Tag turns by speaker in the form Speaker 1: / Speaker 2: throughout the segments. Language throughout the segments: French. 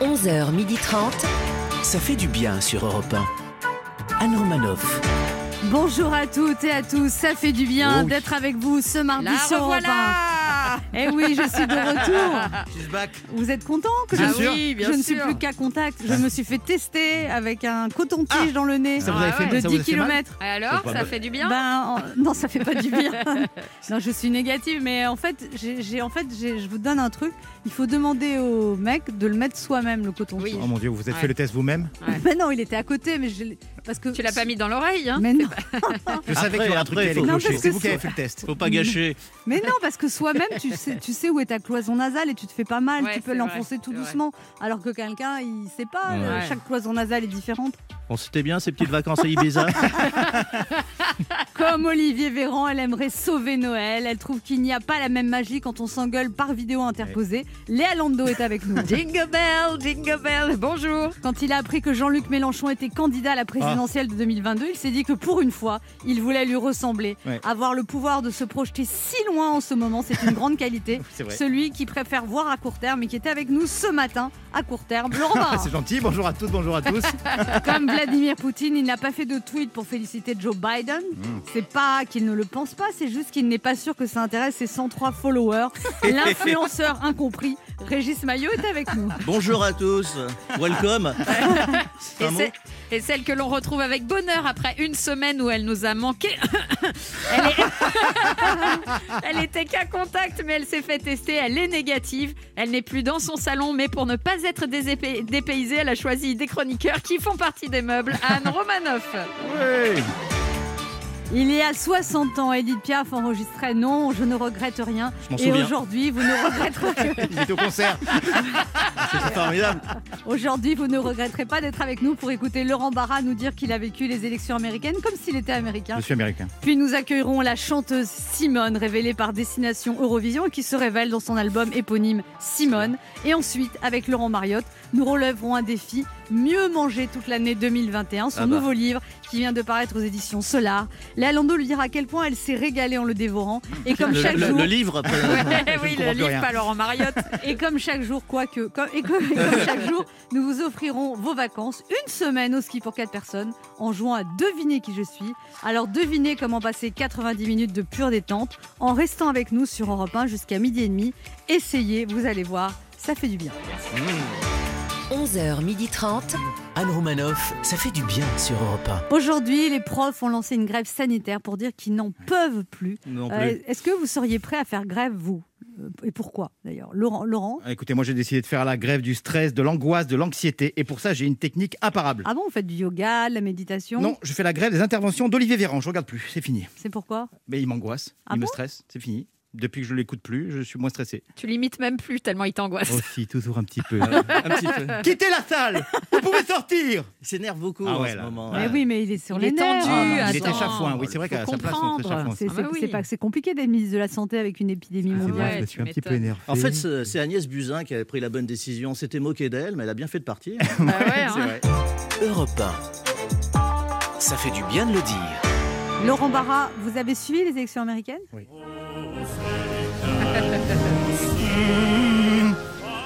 Speaker 1: 11h30.
Speaker 2: Ça fait du bien sur Europe 1. Anne Romanoff.
Speaker 3: Bonjour à toutes et à tous, ça fait du
Speaker 4: Oh
Speaker 3: bien d'être avec vous ce mardi
Speaker 5: La
Speaker 3: sur Europe
Speaker 5: revoilà
Speaker 3: 1. Eh oui, je suis de retour.
Speaker 4: She's back.
Speaker 3: Vous êtes content que
Speaker 5: Bien
Speaker 3: je,
Speaker 5: sûr. Ah oui, bien
Speaker 3: je ne
Speaker 5: sûr.
Speaker 3: suis plus qu'à contact. Je me suis fait tester avec un coton-tige dans le nez
Speaker 4: Ça vous
Speaker 5: Ah
Speaker 4: avait fait
Speaker 5: ouais.
Speaker 4: mal,
Speaker 3: de
Speaker 4: ça vous
Speaker 3: 10
Speaker 4: a fait mal
Speaker 3: km.
Speaker 5: Et Alors,
Speaker 4: C'est pas
Speaker 5: ça
Speaker 4: mal.
Speaker 5: fait du bien
Speaker 3: Ben, en- non, ça fait pas du bien. non, je suis négative, mais en fait, j'ai j'ai- en fait, j'ai- je vous donne un truc. Il faut demander au mec de le mettre soi-même le coton-tige.
Speaker 5: Oui.
Speaker 4: Oh mon dieu, vous vous êtes
Speaker 5: Ouais.
Speaker 4: fait le test vous-même
Speaker 3: Ben non, il était à côté, mais je l'ai- parce que
Speaker 5: Tu l'as pas mis dans l'oreille, hein
Speaker 3: Mais non,
Speaker 4: Je savais
Speaker 6: Après,
Speaker 4: qu'il y avait un truc
Speaker 6: après,
Speaker 4: qui allait
Speaker 3: faut- Non,
Speaker 4: clocher.
Speaker 3: parce
Speaker 4: C'est
Speaker 3: que
Speaker 4: vous qui
Speaker 3: c'est-
Speaker 4: avez fait le test.
Speaker 6: Faut pas gâcher.
Speaker 3: mais non, parce que soi-même, tu sais, tu sais où est ta cloison nasale et tu te fais pas mal.
Speaker 5: Ouais,
Speaker 3: tu peux
Speaker 5: c'est
Speaker 3: l'enfoncer
Speaker 5: vrai,
Speaker 3: tout
Speaker 5: c'est vrai.
Speaker 3: doucement, alors que quelqu'un, il sait pas.
Speaker 6: Ouais.
Speaker 3: euh, Chaque cloison nasale est différente.
Speaker 6: On s'était bien ces petites vacances à Ibiza.
Speaker 3: Comme Olivier Véran, elle aimerait sauver Noël. Elle trouve qu'il n'y a pas la même magie quand on s'engueule par vidéo interposée. Léa Lando est avec nous.
Speaker 5: Jingle bell, jingle bell, bonjour
Speaker 3: Quand il a appris que Jean-Luc Mélenchon était candidat à la présidentielle de 2022, il s'est dit que pour une fois, il voulait lui ressembler.
Speaker 4: Ouais.
Speaker 3: Avoir le pouvoir de se projeter si loin en ce moment, c'est une grande qualité.
Speaker 4: C'est vrai.
Speaker 3: Celui qui préfère voir à court terme et qui était avec nous ce matin à court terme, Laurent Barra.
Speaker 4: Ah, C'est gentil, bonjour à toutes, bonjour à tous.
Speaker 3: Comme Vladimir Poutine, il n'a pas fait de tweet pour féliciter Joe Biden.
Speaker 6: Hmm.
Speaker 3: C'est pas qu'il ne le pense pas, c'est juste qu'il n'est pas sûr que ça intéresse ses 103 followers. L'influenceur incompris, Régis Maillot, est avec nous.
Speaker 6: Bonjour à tous. Welcome. C'est
Speaker 5: et,
Speaker 6: un mot
Speaker 5: c'est- et celle que l'on retrouve avec bonheur après une semaine où elle nous a manqué. elle, est- Elle était qu'à contact, mais elle s'est fait tester. Elle est négative. Elle n'est plus dans son salon, mais pour ne pas être désépé- dépaysée, elle a choisi des chroniqueurs qui font partie des meubles. Anne Romanoff.
Speaker 3: Il y a 60 ans, Edith Piaf enregistrait Non, je ne regrette rien.
Speaker 6: Je m'en
Speaker 3: Et
Speaker 6: souviens.
Speaker 3: aujourd'hui, vous ne regretterez
Speaker 4: J'étais au concert.
Speaker 6: C'est formidable.
Speaker 3: aujourd'hui, vous ne regretterez pas d'être avec nous pour écouter Laurent Barra nous dire qu'il a vécu les élections américaines comme s'il était américain.
Speaker 4: Je suis américain.
Speaker 3: Puis nous accueillerons la chanteuse Simone, révélée par Destination Eurovision et qui se révèle dans son album éponyme Simone. Et ensuite, avec Laurent Mariotte, nous relèverons un défi mieux manger toute l'année 2021, son
Speaker 6: Ah bah.
Speaker 3: nouveau livre qui vient de paraître aux éditions Solar. Léa Lando lui dira à quel point elle s'est régalée en le dévorant. Et comme
Speaker 6: Le,
Speaker 3: chaque
Speaker 6: le-
Speaker 3: jour,
Speaker 6: le livre.
Speaker 5: Ouais,
Speaker 4: ne
Speaker 5: oui, le
Speaker 4: comprends plus
Speaker 5: livre,
Speaker 4: rien.
Speaker 5: pas Laurent Mariotte.
Speaker 3: et comme chaque jour, quoique, comme, et comme- et comme chaque jour, nous vous offrirons vos vacances, une semaine au ski pour quatre personnes, en jouant à deviner qui je suis. Alors devinez comment passer 90 minutes de pure détente en restant avec nous sur Europe 1 jusqu'à midi et demi. Essayez, vous allez voir, ça fait du bien.
Speaker 1: 11h30.
Speaker 2: Anne Romanoff, ça fait du bien sur Europe 1.
Speaker 3: Aujourd'hui, les profs ont lancé une grève sanitaire pour dire qu'ils n'en peuvent plus.
Speaker 6: Non
Speaker 3: Euh, Est-ce que vous seriez prêt à faire grève, vous Euh, Et pourquoi, d'ailleurs Laurent, Laurent
Speaker 4: Ah, Écoutez, moi j'ai décidé de faire la grève du stress, de l'angoisse, de l'anxiété. Et pour ça, j'ai une technique imparable.
Speaker 3: Ah bon, vous faites du yoga, de la méditation
Speaker 4: Non, je fais la grève des interventions d'Olivier Véran. Je regarde plus, c'est fini.
Speaker 3: C'est pourquoi
Speaker 4: Mais il m'angoisse,
Speaker 3: Ah
Speaker 4: il
Speaker 3: bon
Speaker 4: me stresse, c'est fini. Depuis que je l'écoute plus, je suis moins stressé.
Speaker 5: Tu l'imites même plus tellement il t'angoisse.
Speaker 4: Aussi, toujours un petit peu.
Speaker 6: Un petit peu.
Speaker 4: Quittez la salle Vous pouvez sortir
Speaker 6: Il s'énerve beaucoup
Speaker 4: Ah ouais,
Speaker 6: en ce
Speaker 4: là.
Speaker 6: moment.
Speaker 3: Mais Eh oui, mais il est sur
Speaker 5: Il
Speaker 3: les
Speaker 5: est
Speaker 3: nerfs.
Speaker 5: tendu,
Speaker 4: Ah, non, Il est
Speaker 5: attends.
Speaker 4: échafouin, oui, c'est vrai
Speaker 5: Faut
Speaker 4: qu'à sa place, on serait
Speaker 5: comprendre.
Speaker 4: échafouin.
Speaker 3: C'est
Speaker 5: Ah bah
Speaker 3: c'est- c'est
Speaker 5: oui.
Speaker 3: pas- c'est compliqué d'être ministre de la Santé avec une épidémie
Speaker 4: C'est
Speaker 3: mondiale.
Speaker 4: vrai, je
Speaker 5: Ouais,
Speaker 4: me
Speaker 5: tu
Speaker 4: suis un petit peu
Speaker 5: m'étonnes.
Speaker 4: énervé.
Speaker 6: En fait, c'est c'est Agnès Buzyn qui avait pris la bonne décision. C'était moqué d'elle, mais elle a bien fait de partir.
Speaker 3: Ah
Speaker 5: Bah ouais, hein.
Speaker 2: Europe 1. Ça fait du bien de le dire.
Speaker 3: Laurent Barra, vous avez suivi les élections américaines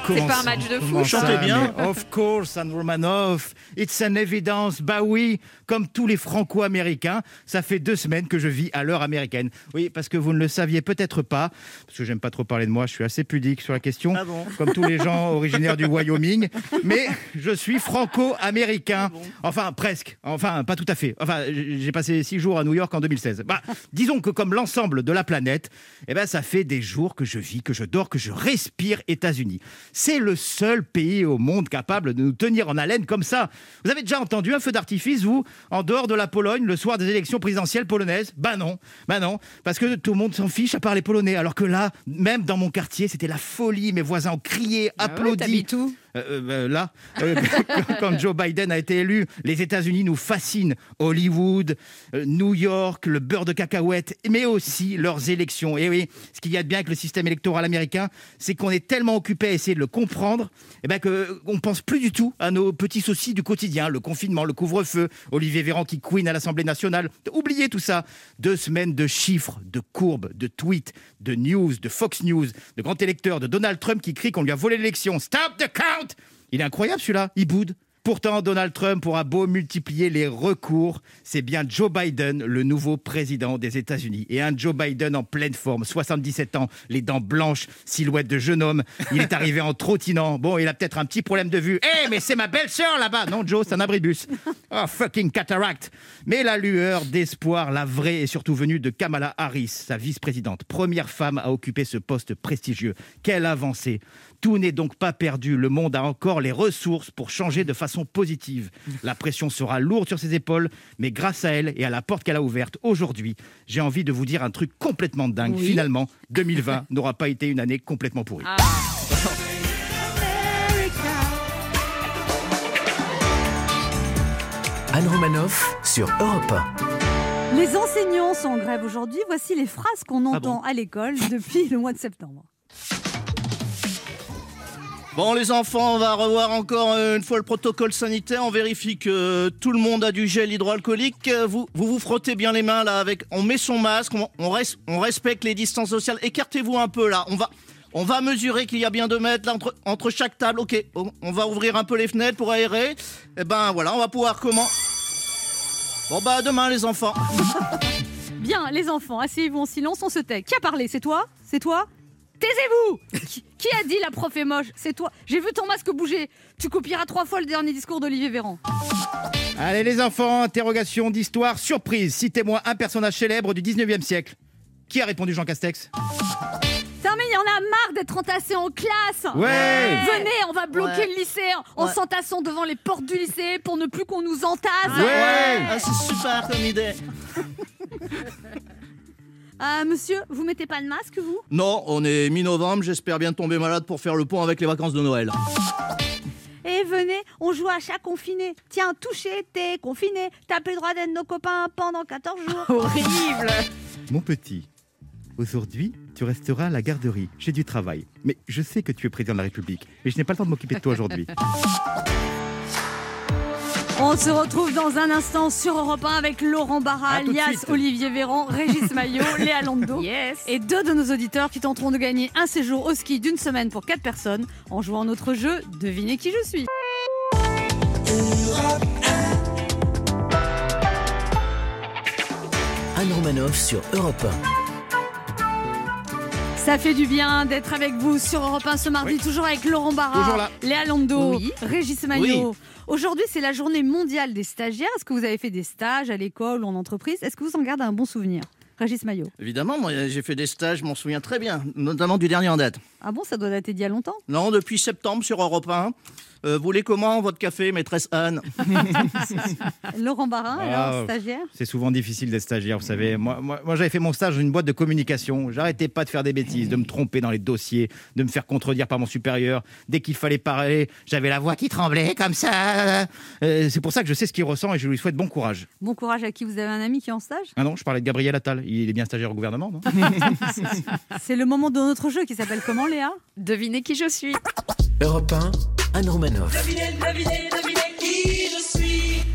Speaker 4: Comment
Speaker 5: pas un
Speaker 4: ça-
Speaker 5: match de foot.
Speaker 4: comment ça,
Speaker 6: Chantez bien.
Speaker 4: mais Of course, Anne Romanoff. It's an evidence. Bah oui, comme tous les franco-américains, ça fait deux semaines que je vis à l'heure américaine. Oui, parce que vous ne le saviez peut-être pas, parce que j'aime pas trop parler de moi, je suis assez pudique sur la question,
Speaker 6: Ah bon
Speaker 4: comme tous les gens originaires du Wyoming, mais je suis
Speaker 6: Ah
Speaker 4: franco-américain. Enfin, presque. Enfin, pas tout à fait. Enfin, j'ai passé six jours à New York en 2016. Bah, disons que comme l'ensemble de la planète, eh ben, ça fait des jours que je vis, que je dors, que je respire États-Unis. C'est le seul pays au monde capable de nous tenir en haleine comme ça. Vous avez déjà entendu un feu d'artifice, vous, en dehors de la Pologne, le soir des élections présidentielles polonaises Ben non, ben non, parce que tout le monde s'en fiche à part les Polonais. Alors que là, même dans mon quartier, c'était la folie. Mes voisins ont crié,
Speaker 5: Ah ouais,
Speaker 4: applaudi.
Speaker 5: t'habites où
Speaker 4: Euh, euh, là, euh, quand- quand Joe Biden a été élu, les États-Unis nous fascinent. Hollywood, euh, New York, le beurre de cacahuète, mais aussi leurs élections. Et oui, ce qu'il y a de bien avec le système électoral américain, c'est qu'on est tellement occupé à essayer de le comprendre, eh ben que on pense plus du tout à nos petits soucis du quotidien, le confinement, le couvre-feu, Olivier Véran qui queen à l'Assemblée nationale. Oubliez tout ça. Deux semaines de chiffres, de courbes, de tweets, de news, de Fox News, de grands électeurs, de Donald Trump qui crie qu'on lui a volé l'élection. Stop the count Il est incroyable celui-là, il boude. Pourtant, Donald Trump aura beau multiplier les recours, c'est bien Joe Biden, le nouveau président des États-Unis. Et un Joe Biden en pleine forme, 77 ans, les dents blanches, silhouette de jeune homme. Il est arrivé en trottinant. Bon, il a peut-être un petit problème de vue. Eh, mais c'est ma belle-sœur là-bas Non, Joe, c'est un abribus. Oh, fucking cataract Mais la lueur d'espoir, la vraie, est surtout venue de Kamala Harris, sa vice-présidente, première femme à occuper ce poste prestigieux. Quelle avancée tout n'est donc pas perdu. Le monde a encore les ressources pour changer de façon positive. La pression sera lourde sur ses épaules, mais grâce à elle et à la porte qu'elle a ouverte aujourd'hui, j'ai envie de vous dire un truc complètement dingue. Finalement, 2020 n'aura pas été une année complètement pourrie.
Speaker 2: Anne Romanoff sur Europe
Speaker 3: Les enseignants sont en grève aujourd'hui. Voici les phrases qu'on entend à l'école depuis le mois de septembre.
Speaker 6: Bon les enfants, on va revoir encore euh, une fois le protocole sanitaire. On vérifie que euh, tout le monde a du gel hydroalcoolique. Euh, Vous vous, vous frottez bien les mains là avec. On met son masque, on, on, res- on respecte les distances sociales. Écartez-vous un peu là. On va on va mesurer qu'il y a bien deux mètres là entre, entre chaque table. Ok, on, on va ouvrir un peu les fenêtres pour aérer. Et ben voilà, on va pouvoir comment. Bon bah à demain les enfants.
Speaker 3: Bien, les enfants, asseyez-vous en silence, on se tait. Qui a parlé C'est toi C'est toi Taisez-vous qui, qui a dit la prof est moche C'est toi. J'ai vu ton masque bouger. Tu copieras trois fois le dernier discours d'Olivier Véran.
Speaker 4: Allez les enfants, interrogation d'histoire, surprise. Citez-moi un personnage célèbre du 19e siècle. Qui a répondu Jean Castex
Speaker 3: Putain, mais il y en a marre d'être entassés en classe
Speaker 4: Ouais
Speaker 3: Venez, on va bloquer
Speaker 6: Ouais.
Speaker 3: le lycée en en
Speaker 6: Ouais.
Speaker 3: s'entassant devant les portes du lycée pour ne plus qu'on nous entasse.
Speaker 4: Ouais
Speaker 6: Ah, c'est super comme idée.
Speaker 3: Ah, monsieur, vous mettez pas le masque, vous
Speaker 6: Non, on est mi-novembre, j'espère bien tomber malade pour faire le pont avec les vacances de Noël.
Speaker 3: Et Eh, venez, on joue à chat confiné. Tiens, touché, t'es confiné. T'as plus le droit d'être nos copains pendant 14 jours.
Speaker 5: Horrible
Speaker 4: Mon petit, aujourd'hui, tu resteras à la garderie. J'ai du travail. Mais je sais que tu es président de la République. Mais je n'ai pas le temps de m'occuper de toi aujourd'hui.
Speaker 3: On se retrouve dans un instant sur Europe 1 avec Laurent Barra,
Speaker 4: À tout de
Speaker 3: alias
Speaker 4: suite.
Speaker 3: Olivier Véran, Régis Maillot, Léa Lando.
Speaker 5: Yes
Speaker 3: Et deux de nos auditeurs qui tenteront de gagner un séjour au ski d'une semaine pour quatre personnes en jouant à notre jeu Devinez qui je suis.
Speaker 2: Anne Romanoff sur Europe
Speaker 3: Ça fait du bien d'être avec vous sur Europe 1 ce mardi, toujours avec Laurent
Speaker 4: Toujours
Speaker 3: Barra,
Speaker 4: là.
Speaker 3: Léa Lando,
Speaker 5: Oui.
Speaker 3: Régis Maillot. Aujourd'hui, c'est la journée mondiale des stagiaires. Est-ce que vous avez fait des stages à l'école ou en entreprise Est-ce que vous en gardez un bon souvenir Régis Maillot.
Speaker 6: Évidemment, moi j'ai fait des stages, je m'en souviens très bien, notamment du dernier en date.
Speaker 3: Ah bon, ça doit dater d'il y a longtemps
Speaker 6: Non, depuis septembre sur Europe 1. Euh, vous voulez comment votre café, maîtresse Anne
Speaker 3: Laurent Barra,
Speaker 4: Ah,
Speaker 3: alors
Speaker 4: euh,
Speaker 3: stagiaire
Speaker 4: C'est souvent difficile d'être stagiaire, vous savez. Moi, moi, moi, j'avais fait mon stage dans une boîte de communication. J'arrêtais pas de faire des bêtises, de me tromper dans les dossiers, de me faire contredire par mon supérieur. Dès qu'il fallait parler, j'avais la voix qui tremblait comme ça. Euh, c'est pour ça que je sais ce qu'il ressent et je lui souhaite bon courage.
Speaker 3: Bon courage à qui vous avez un ami qui est en stage
Speaker 4: Ah non, je parlais de Gabriel Attal. Il est bien stagiaire au gouvernement, non
Speaker 3: C'est le moment de notre jeu qui s'appelle comment Léa
Speaker 5: Devinez qui je suis
Speaker 2: 1. Europe 1, Anne Romanoff.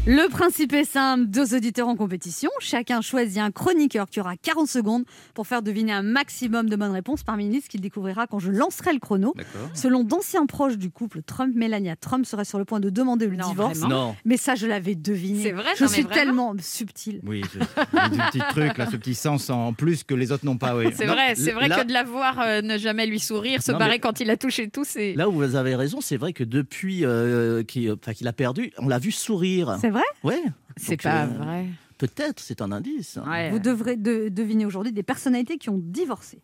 Speaker 3: Le principe est simple, deux auditeurs en compétition, chacun choisit un chroniqueur qui aura 40 secondes pour faire deviner un maximum de bonnes réponses parmi une liste qu'il découvrira quand je lancerai le chrono.
Speaker 6: D'accord.
Speaker 3: Selon d'anciens proches du couple Trump-Melania, Trump serait sur le point de demander le
Speaker 5: Non,
Speaker 3: divorce.
Speaker 5: vraiment
Speaker 6: Non.
Speaker 3: Mais ça, je l'avais deviné.
Speaker 5: C'est vrai,
Speaker 3: Je
Speaker 5: non, mais
Speaker 3: suis
Speaker 5: vraiment
Speaker 3: tellement subtile.
Speaker 4: Oui, c'est un petit truc, là, ce petit sens en plus que les autres n'ont pas. Oui.
Speaker 5: C'est
Speaker 6: Non,
Speaker 5: vrai, c'est vrai
Speaker 6: là-
Speaker 5: que de la voir euh, ne jamais lui sourire, se
Speaker 6: Non,
Speaker 5: barrer
Speaker 6: mais-
Speaker 5: quand il a touché tout, c'est...
Speaker 6: Là où vous avez raison, c'est vrai que depuis euh, qu'il enfin, qu'il a perdu, on l'a vu sourire.
Speaker 3: C'est vrai
Speaker 6: Ouais.
Speaker 5: C'est
Speaker 6: Donc,
Speaker 5: pas
Speaker 6: euh,
Speaker 5: vrai.
Speaker 6: Peut-être, c'est un indice.
Speaker 5: Eh Ouais.
Speaker 3: Vous devrez de- deviner aujourd'hui des personnalités qui ont divorcé.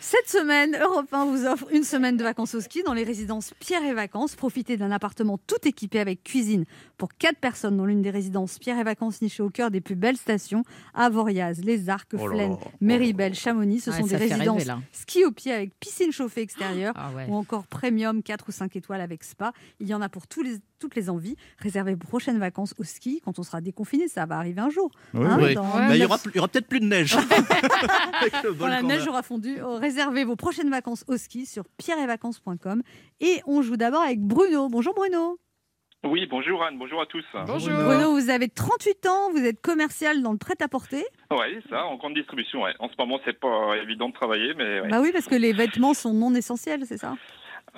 Speaker 3: Cette semaine, Europe 1 vous offre une semaine de vacances au ski dans les résidences Pierre et Vacances. Profitez d'un appartement tout équipé avec cuisine pour quatre personnes dans l'une des résidences Pierre et Vacances nichée au cœur des plus belles stations Avoriaz, Les Arcs,
Speaker 6: Oh là
Speaker 3: Flaine,
Speaker 6: là.
Speaker 3: Méribel, Chamonix. Ce
Speaker 5: Ouais,
Speaker 3: sont des
Speaker 5: ça fait rêver,
Speaker 3: résidences
Speaker 5: là.
Speaker 3: ski au pied avec piscine chauffée extérieure
Speaker 5: Ah ouais.
Speaker 3: ou encore premium 4 ou 5 étoiles avec spa. Il y en a pour tous les- toutes les envies. Réservez vos prochaines vacances au ski quand on sera déconfiné, ça va arriver un jour.
Speaker 4: Oui,
Speaker 3: hein,
Speaker 6: oui.
Speaker 3: dans
Speaker 5: Ouais.
Speaker 6: Bah, il y
Speaker 3: 1900.
Speaker 6: aura, il y aura peut-être plus de neige. Avec le
Speaker 3: Quand la
Speaker 6: volcan,
Speaker 3: neige
Speaker 6: là.
Speaker 3: aura fondu, oh, réservez vos prochaines vacances au ski sur pierrevacances.com. Et on joue d'abord avec Bruno. Bonjour Bruno.
Speaker 1: Oui, bonjour Anne, bonjour à tous.
Speaker 5: Bonjour
Speaker 3: Bruno, vous avez 38 ans, vous êtes commercial dans le prêt-à-porter.
Speaker 1: Oui, ça, en grande distribution. ouais. En ce moment, c'est pas évident de travailler, mais ouais.
Speaker 3: Bah oui, parce que les vêtements sont non essentiels, c'est ça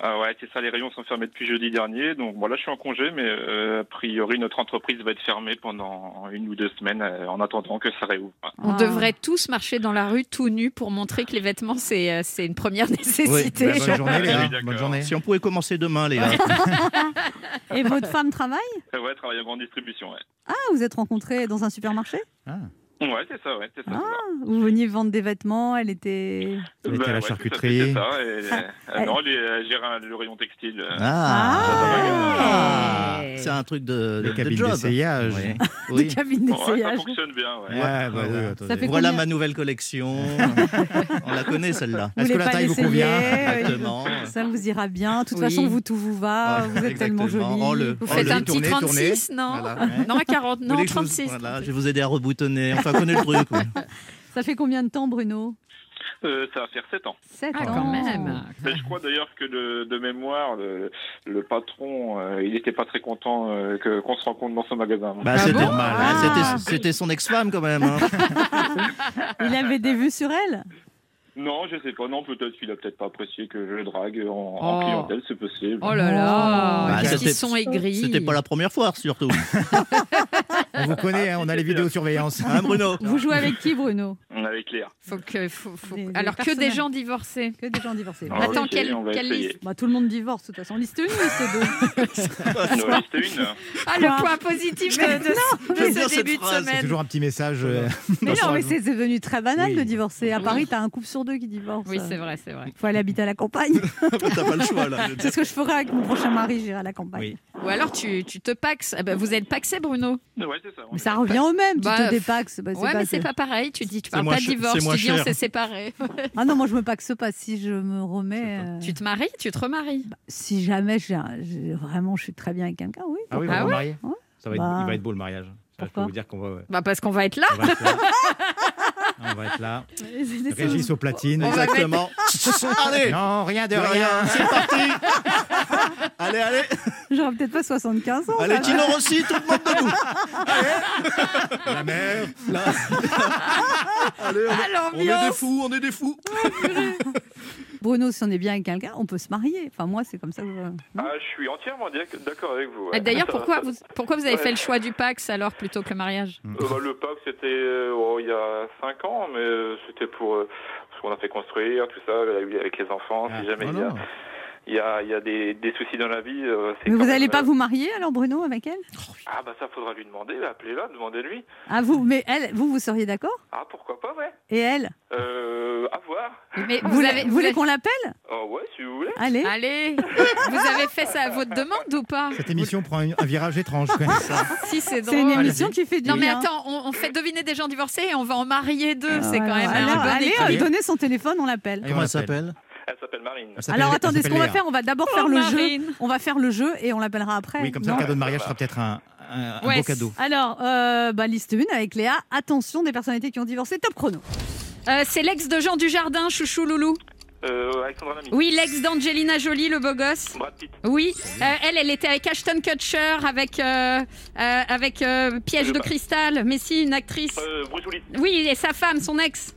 Speaker 1: Ah ouais, c'est ça, les rayons sont fermés depuis jeudi dernier. Donc voilà, je suis en congé, mais euh, a priori, notre entreprise va être fermée pendant une ou deux semaines euh, en attendant que ça réouvre.
Speaker 5: On
Speaker 3: Ah.
Speaker 5: devrait tous marcher dans la rue tout nu pour montrer que les vêtements, c'est euh, c'est une première
Speaker 4: Oui,
Speaker 5: nécessité.
Speaker 4: bah, bonne journée, Léa.
Speaker 1: D'accord.
Speaker 4: Bonne journée.
Speaker 6: Si on pouvait commencer demain, Léa.
Speaker 3: Et votre femme travaille
Speaker 1: Euh, ouais, travailler en grande distribution, ouais.
Speaker 3: Ah, vous êtes rencontrés dans un supermarché
Speaker 1: Ouais, c'est ça, ouais, c'est ça.
Speaker 3: Ah, Vous veniez vendre des vêtements, elle était...
Speaker 1: c'est ça.
Speaker 4: Elle était à
Speaker 1: tout
Speaker 4: la
Speaker 1: à fait,
Speaker 4: charcuterie.
Speaker 1: C'est ça. et, euh,
Speaker 3: Ah.
Speaker 1: non, elle est, euh, gère un- le rayon textile. euh.
Speaker 3: Ah.
Speaker 6: C'est un truc de,
Speaker 4: Les
Speaker 6: de, de
Speaker 4: cabines
Speaker 6: job.
Speaker 4: d'essayage.
Speaker 6: Oui.
Speaker 3: Des
Speaker 6: Oui.
Speaker 3: cabines
Speaker 1: Oh, Ouais, ça
Speaker 3: d'essayage.
Speaker 1: fonctionne bien, ouais.
Speaker 4: Ouais, bah, oui,
Speaker 6: Voilà.
Speaker 4: attendez.
Speaker 3: Ça fait
Speaker 6: Voilà
Speaker 3: combien
Speaker 6: ma nouvelle collection. On la connaît celle-là.
Speaker 3: Vous
Speaker 4: Est-ce que
Speaker 3: voulez
Speaker 4: la
Speaker 3: pas
Speaker 4: taille vous
Speaker 3: l'essayer,
Speaker 4: convient
Speaker 3: oui.
Speaker 6: Exactement.
Speaker 3: Ça vous ira bien. De toute
Speaker 5: Oui.
Speaker 3: façon, vous, tout vous va. vous êtes tellement
Speaker 6: Exactement.
Speaker 3: jolie.
Speaker 6: Oh, le-
Speaker 5: Vous
Speaker 6: oh,
Speaker 5: faites
Speaker 6: le-
Speaker 5: un petit
Speaker 4: tournez,
Speaker 5: 36, non
Speaker 6: Voilà. Vous
Speaker 5: Non, 40, non,
Speaker 6: voulez que je vous-
Speaker 5: 36.
Speaker 6: voilà, je vais vous aider à reboutonner. Enfin, connaît le truc. oui.
Speaker 3: Ça fait combien de temps, Bruno
Speaker 1: Euh, ça va faire sept ans.
Speaker 3: 7
Speaker 5: Ah,
Speaker 3: ans.
Speaker 5: quand même.
Speaker 1: Et je crois d'ailleurs que de, de mémoire, le, le patron, euh, il n'était pas très content euh, que- qu'on se rencontre dans son magasin.
Speaker 6: Bah,
Speaker 5: Ah
Speaker 6: c'était
Speaker 5: bon
Speaker 6: normal. hein.
Speaker 3: Ah. Oh,
Speaker 6: C'était- C'était son ex-femme quand même. hein.
Speaker 3: Il avait des vues sur elle
Speaker 1: Non, je sais pas. Non, peut-être qu'il a peut-être pas apprécié que je le drague en, en
Speaker 5: Oh.
Speaker 1: clientèle, c'est possible.
Speaker 5: Oh là là,
Speaker 6: Bah,
Speaker 5: qu'est-ce
Speaker 6: c'était-
Speaker 5: qu'ils sont aigris.
Speaker 6: C'était pas la première fois surtout.
Speaker 4: On vous connaît, hein, on a les vidéosurveillances.
Speaker 6: Hein, Bruno
Speaker 3: Vous jouez avec qui, Bruno
Speaker 1: Avec Léa.
Speaker 5: Faut que, faut- faut-
Speaker 3: Des- des
Speaker 5: Alors que
Speaker 3: personnages.
Speaker 5: des gens divorcés.
Speaker 3: Que des gens divorcés.
Speaker 1: Ah,
Speaker 5: Attends,
Speaker 1: ok,
Speaker 5: quelle,
Speaker 1: on va
Speaker 5: quelle
Speaker 1: essayer.
Speaker 5: liste
Speaker 3: Bah, tout le monde divorce, de toute façon. Liste 1 liste 2
Speaker 1: Euh, liste une.
Speaker 5: Ah, le point positif de, de- de
Speaker 6: J'aime bien
Speaker 5: ce
Speaker 6: cette
Speaker 5: début de
Speaker 6: phrase, c'est
Speaker 4: C'est
Speaker 5: semaine.
Speaker 4: toujours un petit message. euh,
Speaker 3: Mais
Speaker 4: dans
Speaker 3: non,
Speaker 4: ce
Speaker 3: mais c'est c'est devenu très banal
Speaker 4: Oui.
Speaker 3: de divorcer. À
Speaker 5: Oui.
Speaker 3: Paris, t'as un couple sur deux qui divorce.
Speaker 5: Oui, c'est vrai, c'est vrai.
Speaker 3: Faut aller habiter à la campagne.
Speaker 6: T'as pas le choix là.
Speaker 3: c'est ce que je ferai avec mon prochain mari, j'irai à la campagne.
Speaker 4: Oui.
Speaker 5: Ou alors tu, tu te paxes. Ah bah, vous êtes paxé, Bruno
Speaker 1: Ouais, c'est ça. on
Speaker 3: Mais
Speaker 1: est
Speaker 3: ça
Speaker 1: d'accord.
Speaker 3: revient au même,
Speaker 5: Bah,
Speaker 3: tu te dépaxes. bah, c'est
Speaker 5: Ouais,
Speaker 3: pas-
Speaker 5: mais c'est pas pareil. Tu dis, tu parles
Speaker 6: moins
Speaker 5: pas de
Speaker 6: cher-
Speaker 5: divorce,
Speaker 6: c'est moins
Speaker 5: tu dis on
Speaker 6: cher.
Speaker 5: s'est séparés.
Speaker 3: Ah non, moi je me paxe pas. Si je me remets, euh,
Speaker 5: Tu te maries, tu te remaries.
Speaker 3: si jamais j'ai un- j'ai- vraiment je suis très bien avec quelqu'un, oui.
Speaker 4: Ah oui, vous
Speaker 5: Ah
Speaker 4: vous
Speaker 5: ouais
Speaker 4: mariez
Speaker 3: Ouais.
Speaker 4: Ça va être,
Speaker 3: Bah.
Speaker 4: Il va être beau le mariage. Ça, je peux
Speaker 3: Pourquoi
Speaker 4: vous dire qu'on va, ouais,
Speaker 5: Bah parce qu'on va être là.
Speaker 4: on va être là. on va être là. Régis aux platines.
Speaker 5: On va mettre-
Speaker 6: Exactement. allez,
Speaker 4: Non, rien de
Speaker 6: de rien.
Speaker 4: rien.
Speaker 6: C'est parti. allez, allez,
Speaker 3: J'aurai peut-être pas 75 ans.
Speaker 6: allez,
Speaker 3: ça
Speaker 6: Tino Rossi, tout le monde debout.
Speaker 4: La mère.
Speaker 6: Allez, on,
Speaker 5: Ah,
Speaker 6: on est des
Speaker 5: l'ambiance
Speaker 6: fous, on est des fous.
Speaker 3: va. Bruno, si on est bien avec quelqu'un, on peut se marier. Enfin moi c'est comme ça. Que je- non
Speaker 1: Ah, je suis entièrement d'ac- d'accord avec vous. ouais.
Speaker 5: Ah, D'ailleurs,
Speaker 1: Ça-
Speaker 5: pourquoi
Speaker 1: ça-
Speaker 5: vous, pourquoi vous avez fait le choix du pax alors plutôt que le mariage
Speaker 1: Euh, bah, Le PAC, c'était euh, oh, il y a 5 ans, mais euh, c'était pour euh, ce qu'on a fait construire, tout ça, la vie avec les enfants.
Speaker 4: Ah,
Speaker 1: si jamais
Speaker 4: oh
Speaker 1: il y a,
Speaker 4: non.
Speaker 1: il y a, il y a des, des soucis dans la vie. euh, c'est quand
Speaker 3: mais vous
Speaker 1: même,
Speaker 3: n'allez pas
Speaker 1: euh,
Speaker 3: vous marier alors Bruno avec elle
Speaker 1: Ah, bah ça, faudra lui demander, là, appelez-la, demandez-lui.
Speaker 3: Ah vous, mais elle, vous vous seriez d'accord
Speaker 1: Ah, pourquoi pas, ouais.
Speaker 3: Et elle
Speaker 1: Euh, à voir.
Speaker 5: Mais
Speaker 3: Vous, la-
Speaker 5: Ah, avez-
Speaker 3: vous voulez
Speaker 5: avez- Ah,
Speaker 3: qu'on l'appelle
Speaker 1: Oh, ouais, si vous voulez.
Speaker 3: Allez.
Speaker 5: Allez, vous avez fait ça à votre demande ou pas
Speaker 4: Cette émission prend une- un virage étrange. quand même.
Speaker 5: Si c'est drôle.
Speaker 3: C'est une émission qui fait du
Speaker 5: Non mais
Speaker 3: bien.
Speaker 5: attends, on, on fait deviner des gens divorcés et on va en marier deux. c'est quand
Speaker 3: Voilà.
Speaker 5: même
Speaker 3: Alors,
Speaker 5: un bon
Speaker 3: allez,
Speaker 5: équilibre.
Speaker 3: euh, donnez son téléphone, on l'appelle.
Speaker 4: Et on l'appelle.
Speaker 1: Elle s'appelle Marine.
Speaker 4: Elle s'appelle-
Speaker 3: Alors
Speaker 4: elle
Speaker 3: attendez, ce
Speaker 4: s'appelle
Speaker 3: qu'on va
Speaker 4: Léa.
Speaker 3: faire, on va d'abord
Speaker 5: Oh,
Speaker 3: faire le jeu.
Speaker 5: Marine.
Speaker 3: On va faire le jeu et on l'appellera après.
Speaker 4: Oui, comme ça,
Speaker 3: Non
Speaker 4: le cadeau de mariage sera peut-être un, un- un
Speaker 5: Ouais.
Speaker 4: beau cadeau.
Speaker 3: Alors, euh, bah, liste 1 avec Léa. Attention des personnalités qui ont divorcé. Top chrono.
Speaker 5: Euh, c'est l'ex de Jean Dujardin, Chouchou Loulou.
Speaker 1: Euh, Alexandra Lamy.
Speaker 5: Oui, l'ex d'Angelina Jolie, le beau gosse.
Speaker 1: Brad Pitt.
Speaker 5: Oui, Euh, elle, elle était avec Ashton Kutcher, avec euh, euh, avec euh, Piège
Speaker 1: Je sais
Speaker 5: de
Speaker 1: pas.
Speaker 5: cristal. Mais si, une actrice.
Speaker 1: Euh, Bruce Willis.
Speaker 5: Oui, et sa femme, son ex.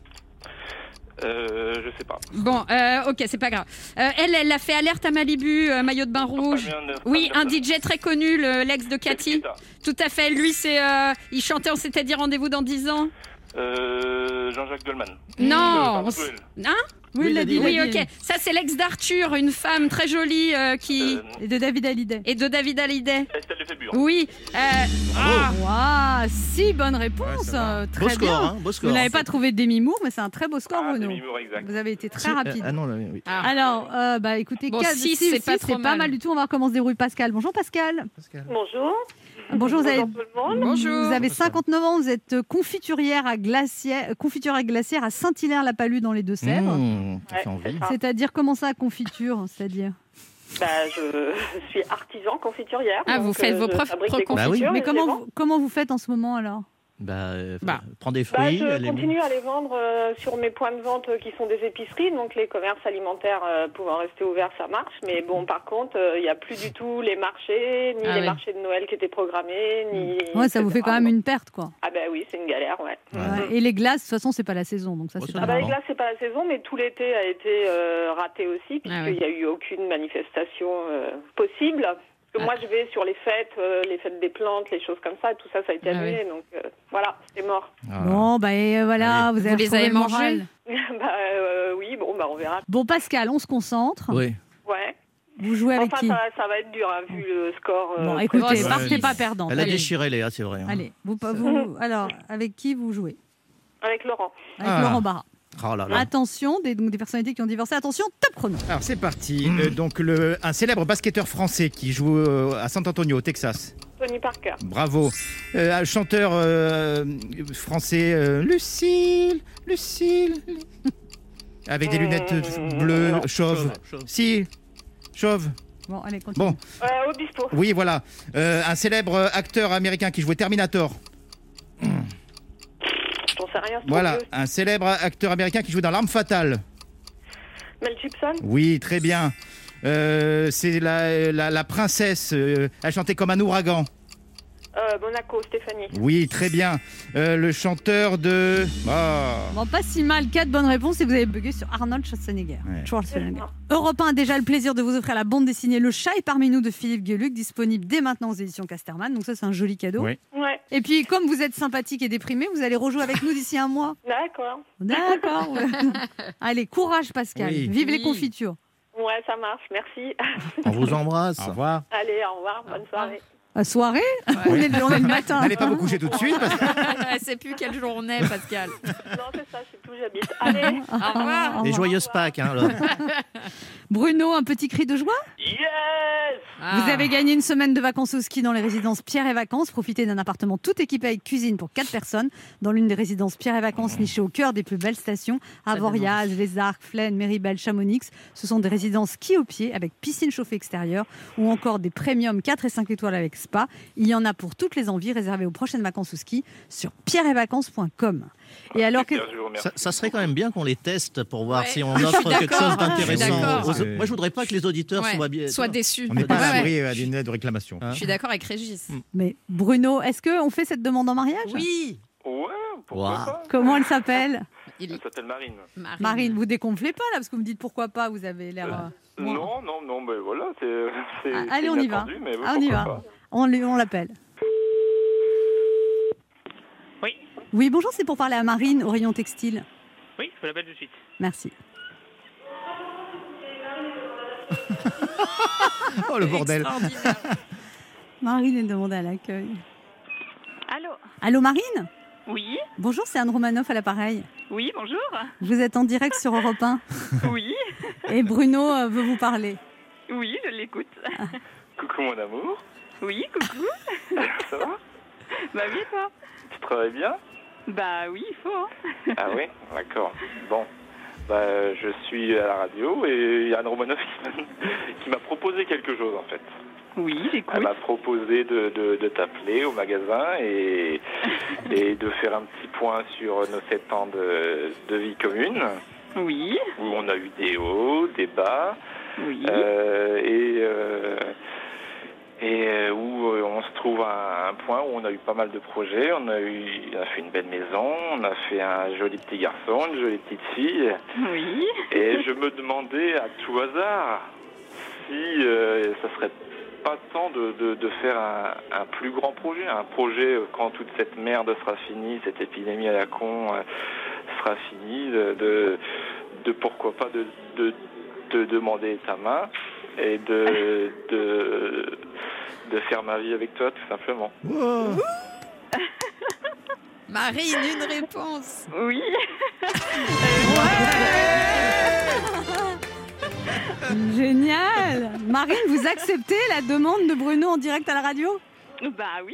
Speaker 1: Euh, je sais pas.
Speaker 5: Bon, euh, ok, c'est pas grave. Euh, elle, elle a fait alerte à Malibu, euh, maillot de bain rouge.
Speaker 1: Fabien, euh,
Speaker 5: Oui,
Speaker 1: Fabien,
Speaker 5: un DJ très connu, le- l'ex de
Speaker 1: David
Speaker 5: Cathy.
Speaker 1: Guetta.
Speaker 5: Tout à fait. Lui, c'est, euh, il chantait On s'était dit rendez-vous dans 10 ans.
Speaker 1: Euh, Jean-Jacques Goldman.
Speaker 5: Non.
Speaker 1: Euh,
Speaker 5: on s-
Speaker 1: Powell.
Speaker 3: Oui, il l'a dit.
Speaker 5: Oui, ok. Ça, c'est l'ex d'Arthur, une femme très jolie euh, qui
Speaker 1: Euh,
Speaker 3: Et de David Hallyday.
Speaker 5: et de David Hallyday.
Speaker 1: Estelle Lefébure.
Speaker 5: Oui. euh, ah,
Speaker 3: Waouh, si bonne réponse. euh, très
Speaker 6: Beau
Speaker 3: bien.
Speaker 6: score, hein, beau
Speaker 3: Vous
Speaker 6: score.
Speaker 3: n'avez pas trouvé Demi Moore, mais c'est un très beau score,
Speaker 1: Ah,
Speaker 3: Bruno.
Speaker 1: Demi Moore, exact.
Speaker 3: Vous avez été
Speaker 6: Si,
Speaker 3: très
Speaker 6: euh,
Speaker 3: rapide.
Speaker 6: Ah non, là, oui.
Speaker 5: ah.
Speaker 3: Alors, euh, bah, écoutez,
Speaker 5: Bon,
Speaker 3: quatre-
Speaker 5: six,
Speaker 3: six,
Speaker 5: c'est pas
Speaker 3: six,
Speaker 5: trop
Speaker 3: c'est pas
Speaker 5: mal
Speaker 3: mal du tout. On va voir comment se débrouille Pascal. Bonjour Pascal.
Speaker 7: Bonjour.
Speaker 3: Bonjour, vous avez
Speaker 7: tout le monde.
Speaker 5: Bonjour.
Speaker 3: Vous avez 59 ans, vous êtes confiturière à glacière, euh, confiturière à, glacière à Saint-Hilaire-la-Palue dans les Deux-Sèvres.
Speaker 6: Mmh, ça fait
Speaker 7: Ouais,
Speaker 6: envie.
Speaker 7: c'est ça.
Speaker 3: C'est-à-dire, comment ça, confiture C'est-à-dire
Speaker 7: Bah, je, je suis artisan confiturière.
Speaker 5: Ah,
Speaker 7: donc, euh,
Speaker 5: vous faites vos
Speaker 7: je
Speaker 5: propres
Speaker 7: fabrique des
Speaker 5: confitures.
Speaker 7: confitures.
Speaker 6: Bah oui.
Speaker 7: et
Speaker 3: Mais
Speaker 7: je
Speaker 3: comment
Speaker 7: les vends.
Speaker 3: vous, comment vous faites en ce moment alors
Speaker 6: Bah, euh,
Speaker 5: Bah.
Speaker 6: prends des
Speaker 7: Bah,
Speaker 6: fruits.
Speaker 7: je
Speaker 6: elle est-
Speaker 7: continue à les vendre euh, sur mes points de vente euh, qui sont des épiceries, donc les commerces alimentaires euh, pouvant rester ouverts, ça marche. Mais bon, par contre, euh, il n'y a plus du tout les marchés, ni
Speaker 5: Ah
Speaker 7: les
Speaker 5: oui.
Speaker 7: marchés de Noël qui étaient programmés, ni.
Speaker 3: Ouais, ça vous fait
Speaker 7: etc.
Speaker 3: quand même une perte, quoi.
Speaker 7: Ah ben oui, c'est une galère, ouais.
Speaker 3: Ouais. Et les glaces, de toute façon, c'est pas la saison, donc ça,
Speaker 5: Oh,
Speaker 6: Ouais,
Speaker 3: c'est
Speaker 6: ça
Speaker 3: pas
Speaker 7: Ah
Speaker 6: va.
Speaker 7: bah,
Speaker 3: grave.
Speaker 7: avec là, c'est pas la saison, mais tout l'été a été euh, raté aussi, puisqu'il
Speaker 5: Ah ouais.
Speaker 7: n'y a eu aucune manifestation euh, possible. Parce que
Speaker 5: Ah.
Speaker 7: moi, je vais sur les fêtes, euh, les fêtes des plantes, les choses comme ça, tout ça, ça a été
Speaker 5: Ah
Speaker 7: annulé. Donc euh, voilà, c'est mort.
Speaker 3: Bon, bah et voilà, vous avez
Speaker 5: Ah Vous les
Speaker 3: retrouvé
Speaker 5: avez
Speaker 3: le
Speaker 5: mangés
Speaker 3: moral.
Speaker 7: bah euh, oui, bon, bah on verra.
Speaker 3: Bon, Pascal, on se concentre.
Speaker 6: Oui.
Speaker 7: Ouais.
Speaker 3: Vous
Speaker 5: Ah,
Speaker 3: jouez avec
Speaker 7: Enfin,
Speaker 3: qui
Speaker 7: ça, ça va être dur, hein, vu le score. euh,
Speaker 3: Bon, écoutez,
Speaker 5: Ouais,
Speaker 3: partez
Speaker 5: six.
Speaker 3: pas perdant.
Speaker 6: Elle a
Speaker 5: Allez.
Speaker 6: déchiré Léa, c'est vrai. hein.
Speaker 3: Allez, vous, vous- alors, avec qui vous jouez
Speaker 7: avec Laurent.
Speaker 3: Avec
Speaker 4: Ah.
Speaker 3: Laurent Barra.
Speaker 6: Oh là là.
Speaker 3: Attention, des, donc des personnalités qui ont divorcé. Attention, top chrono.
Speaker 4: Alors c'est parti. Euh, donc le, un célèbre basketteur français qui joue euh, à San Antonio au Texas.
Speaker 7: Tony Parker.
Speaker 4: Bravo. Euh, un chanteur euh, français euh, Lucille, Lucille. Avec des lunettes bleues,
Speaker 7: Non.
Speaker 4: chauves. Si, chauve.
Speaker 3: Bon, allez, continue.
Speaker 4: Bon,
Speaker 7: Euh, Obispo.
Speaker 4: oui, voilà. Euh, un célèbre acteur américain qui jouait Terminator.
Speaker 7: J'en sais rien. c'est trop
Speaker 4: Voilà.
Speaker 7: vieux.
Speaker 4: Un célèbre acteur américain qui jouait dans L'Arme Fatale.
Speaker 7: Mel Gibson.
Speaker 4: Oui, très bien. Euh, c'est la, la, la princesse. euh, elle chantait comme un ouragan.
Speaker 7: Euh, Monaco. Stéphanie.
Speaker 4: Oui, très bien. Euh, le chanteur de. Ah.
Speaker 3: Bon, pas si mal, 4 bonnes réponses et vous avez bugué sur Arnold Schwarzenegger.
Speaker 4: Ouais.
Speaker 3: Schwarzenegger. Europe 1 a déjà le plaisir de vous offrir la bande dessinée Le chat est parmi nous de Philippe Gueluc, disponible dès maintenant aux éditions Casterman. Donc ça, c'est un joli cadeau.
Speaker 4: Ouais.
Speaker 7: Ouais.
Speaker 3: Et puis, comme vous êtes sympathique et déprimé, vous allez rejouer avec nous d'ici un mois.
Speaker 7: D'accord.
Speaker 3: D'accord. ouais. allez, courage Pascal.
Speaker 4: Oui.
Speaker 3: Vive les
Speaker 5: Oui.
Speaker 3: confitures.
Speaker 7: Ouais, ça marche. Merci.
Speaker 6: On vous embrasse.
Speaker 4: Au revoir.
Speaker 7: Allez, au revoir. Bonne soirée.
Speaker 3: Euh, soirée on, est le, on est le matin.
Speaker 4: N'allez pas vous coucher tout de suite. parce que-
Speaker 5: Ah, bah, Elle sait plus quel jour on est, Pascal.
Speaker 7: Non, c'est ça. C'est tout. J'habite. Allez.
Speaker 5: Au revoir.
Speaker 6: Et joyeuse Pâques. Hein, là.
Speaker 3: Bruno, un petit cri de joie
Speaker 7: Yes.
Speaker 5: Ah.
Speaker 3: Vous avez gagné une semaine de vacances au ski dans les résidences Pierre et Vacances. Profitez d'un appartement tout équipé avec cuisine pour 4 personnes dans l'une des résidences Pierre et Vacances nichées au cœur des plus belles stations. Avoriaz, Les Arcs, Flaine, Méribel, Chamonix. Ce sont des résidences ski au pied avec piscine chauffée extérieure ou encore des premiums 4 et 5 étoiles avec spa. Il y en a pour toutes les envies réservées aux prochaines vacances au ski sur pierreetvacances.com. Et alors que...
Speaker 1: Bien, je vous remercie.
Speaker 6: Ça, ça serait quand même bien qu'on les teste pour voir
Speaker 5: Ouais.
Speaker 6: si
Speaker 3: Ah,
Speaker 6: on offre quelque chose d'intéressant.
Speaker 5: d'accord.
Speaker 6: aux- Moi, je voudrais pas que les auditeurs soient bien.
Speaker 5: Soit déçu.
Speaker 4: On n'est pas
Speaker 6: Ouais,
Speaker 4: à
Speaker 6: ouais.
Speaker 4: l'abri euh, d'une lettre de réclamation.
Speaker 6: Hein
Speaker 5: Je suis d'accord avec Régis.
Speaker 3: Mais Bruno, est-ce qu'on fait cette demande en mariage
Speaker 5: Oui.
Speaker 1: Ouais, pourquoi
Speaker 6: Wow.
Speaker 1: pas
Speaker 3: Comment elle s'appelle
Speaker 1: Elle s'appelle Marine.
Speaker 5: Marine.
Speaker 3: Marine, vous déconflez pas là parce que vous me dites pourquoi pas, vous avez l'air. euh, moins-
Speaker 1: Non, non, non, mais voilà, c'est. c'est-
Speaker 3: Ah,
Speaker 1: c'est
Speaker 3: allez, on y va.
Speaker 1: inattendu, mais
Speaker 3: Ah, on y
Speaker 1: pourquoi
Speaker 3: va.
Speaker 1: pas.
Speaker 3: On, lui- on l'appelle.
Speaker 8: Oui.
Speaker 3: Oui, bonjour, c'est pour parler à Marine au rayon textile.
Speaker 8: Oui, je vous l'appelle tout de suite.
Speaker 3: Merci.
Speaker 4: Oh le bordel.
Speaker 5: Extraordinaire.
Speaker 3: Marine est demandée à l'accueil.
Speaker 8: Allô
Speaker 3: Allô Marine
Speaker 8: Oui
Speaker 3: Bonjour, c'est Anne Romanoff à l'appareil.
Speaker 8: Oui, bonjour
Speaker 3: Vous êtes en direct sur Europe 1
Speaker 8: Oui,
Speaker 3: et Bruno euh, veut vous parler.
Speaker 8: oui, je l'écoute.
Speaker 1: Coucou, mon amour.
Speaker 8: Oui, coucou
Speaker 1: Ça va
Speaker 8: Bah oui, toi
Speaker 1: Tu travailles bien
Speaker 8: Bah oui, il faut hein.
Speaker 1: Ah oui D'accord. Bon. Bah, je suis à la radio et il y a Anne Romanoff qui m'a- qui m'a proposé quelque chose en fait.
Speaker 8: Oui, j'écoute.
Speaker 1: Elle m'a proposé de, de- de t'appeler au magasin et, et de faire un petit point sur nos sept ans de, de vie commune
Speaker 8: Oui,
Speaker 1: où on a eu des hauts, des bas.
Speaker 8: oui,
Speaker 1: Euh, et euh, et euh, où euh, on se trouve à un point où on a eu pas mal de projets. On a eu, on a fait une belle maison, on a fait un joli petit garçon, une jolie petite fille.
Speaker 8: oui.
Speaker 1: Et je me demandais à tout hasard si euh, ça serait pas temps de, de- de faire un, un plus grand projet, un projet euh, quand toute cette merde sera finie, cette épidémie à la con euh, sera finie, de, de, de pourquoi pas de, de, de demander ta main et de, de, de faire ma vie avec toi tout simplement.
Speaker 4: Wow.
Speaker 5: Marine, une réponse.
Speaker 8: Oui,
Speaker 3: Génial Marine, vous acceptez la demande de Bruno en direct à la radio
Speaker 8: bah oui.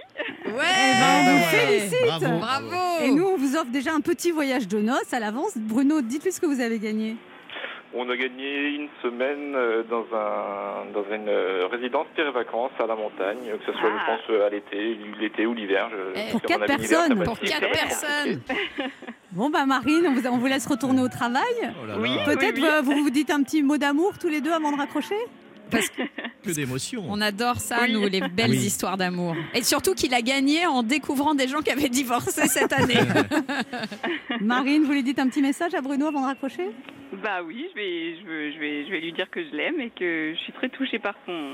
Speaker 6: ben
Speaker 3: On
Speaker 5: Ouais.
Speaker 3: vous
Speaker 4: voilà.
Speaker 3: félicite
Speaker 4: Bravo.
Speaker 5: Bravo.
Speaker 3: Et nous, on vous offre déjà un petit voyage de noces à l'avance. Bruno, dites-lui ce que vous avez gagné.
Speaker 1: On a gagné une semaine euh, dans, un, dans une euh, résidence vacances à la montagne, que ce soit,
Speaker 8: Ah.
Speaker 1: je pense, euh, à l'été, l'été ou l'hiver. je-
Speaker 5: Eh,
Speaker 1: parce
Speaker 3: pour
Speaker 1: qu'à mon
Speaker 3: quatre
Speaker 1: avis, l'hiver, ça
Speaker 3: personnes,
Speaker 1: va
Speaker 5: Pour
Speaker 1: être hyper
Speaker 5: quatre
Speaker 1: compliqué.
Speaker 5: personnes.
Speaker 3: Bon, bah Marine, on vous, on vous laisse retourner au travail.
Speaker 6: Oh là
Speaker 8: Oui.
Speaker 6: là,
Speaker 3: Peut-être
Speaker 8: oui.
Speaker 3: euh, vous vous dites un petit mot d'amour tous les deux avant de raccrocher
Speaker 6: que d'émotion.
Speaker 5: On adore ça,
Speaker 8: Oui.
Speaker 5: nous, les belles
Speaker 4: Oui.
Speaker 5: histoires d'amour. Et surtout qu'il a gagné en découvrant des gens qui avaient divorcé cette année.
Speaker 3: Marine, vous lui dites un petit message à Bruno avant de raccrocher
Speaker 8: Bah oui, je vais, je, veux- je vais, je vais lui dire que je l'aime et que je suis très touchée par son,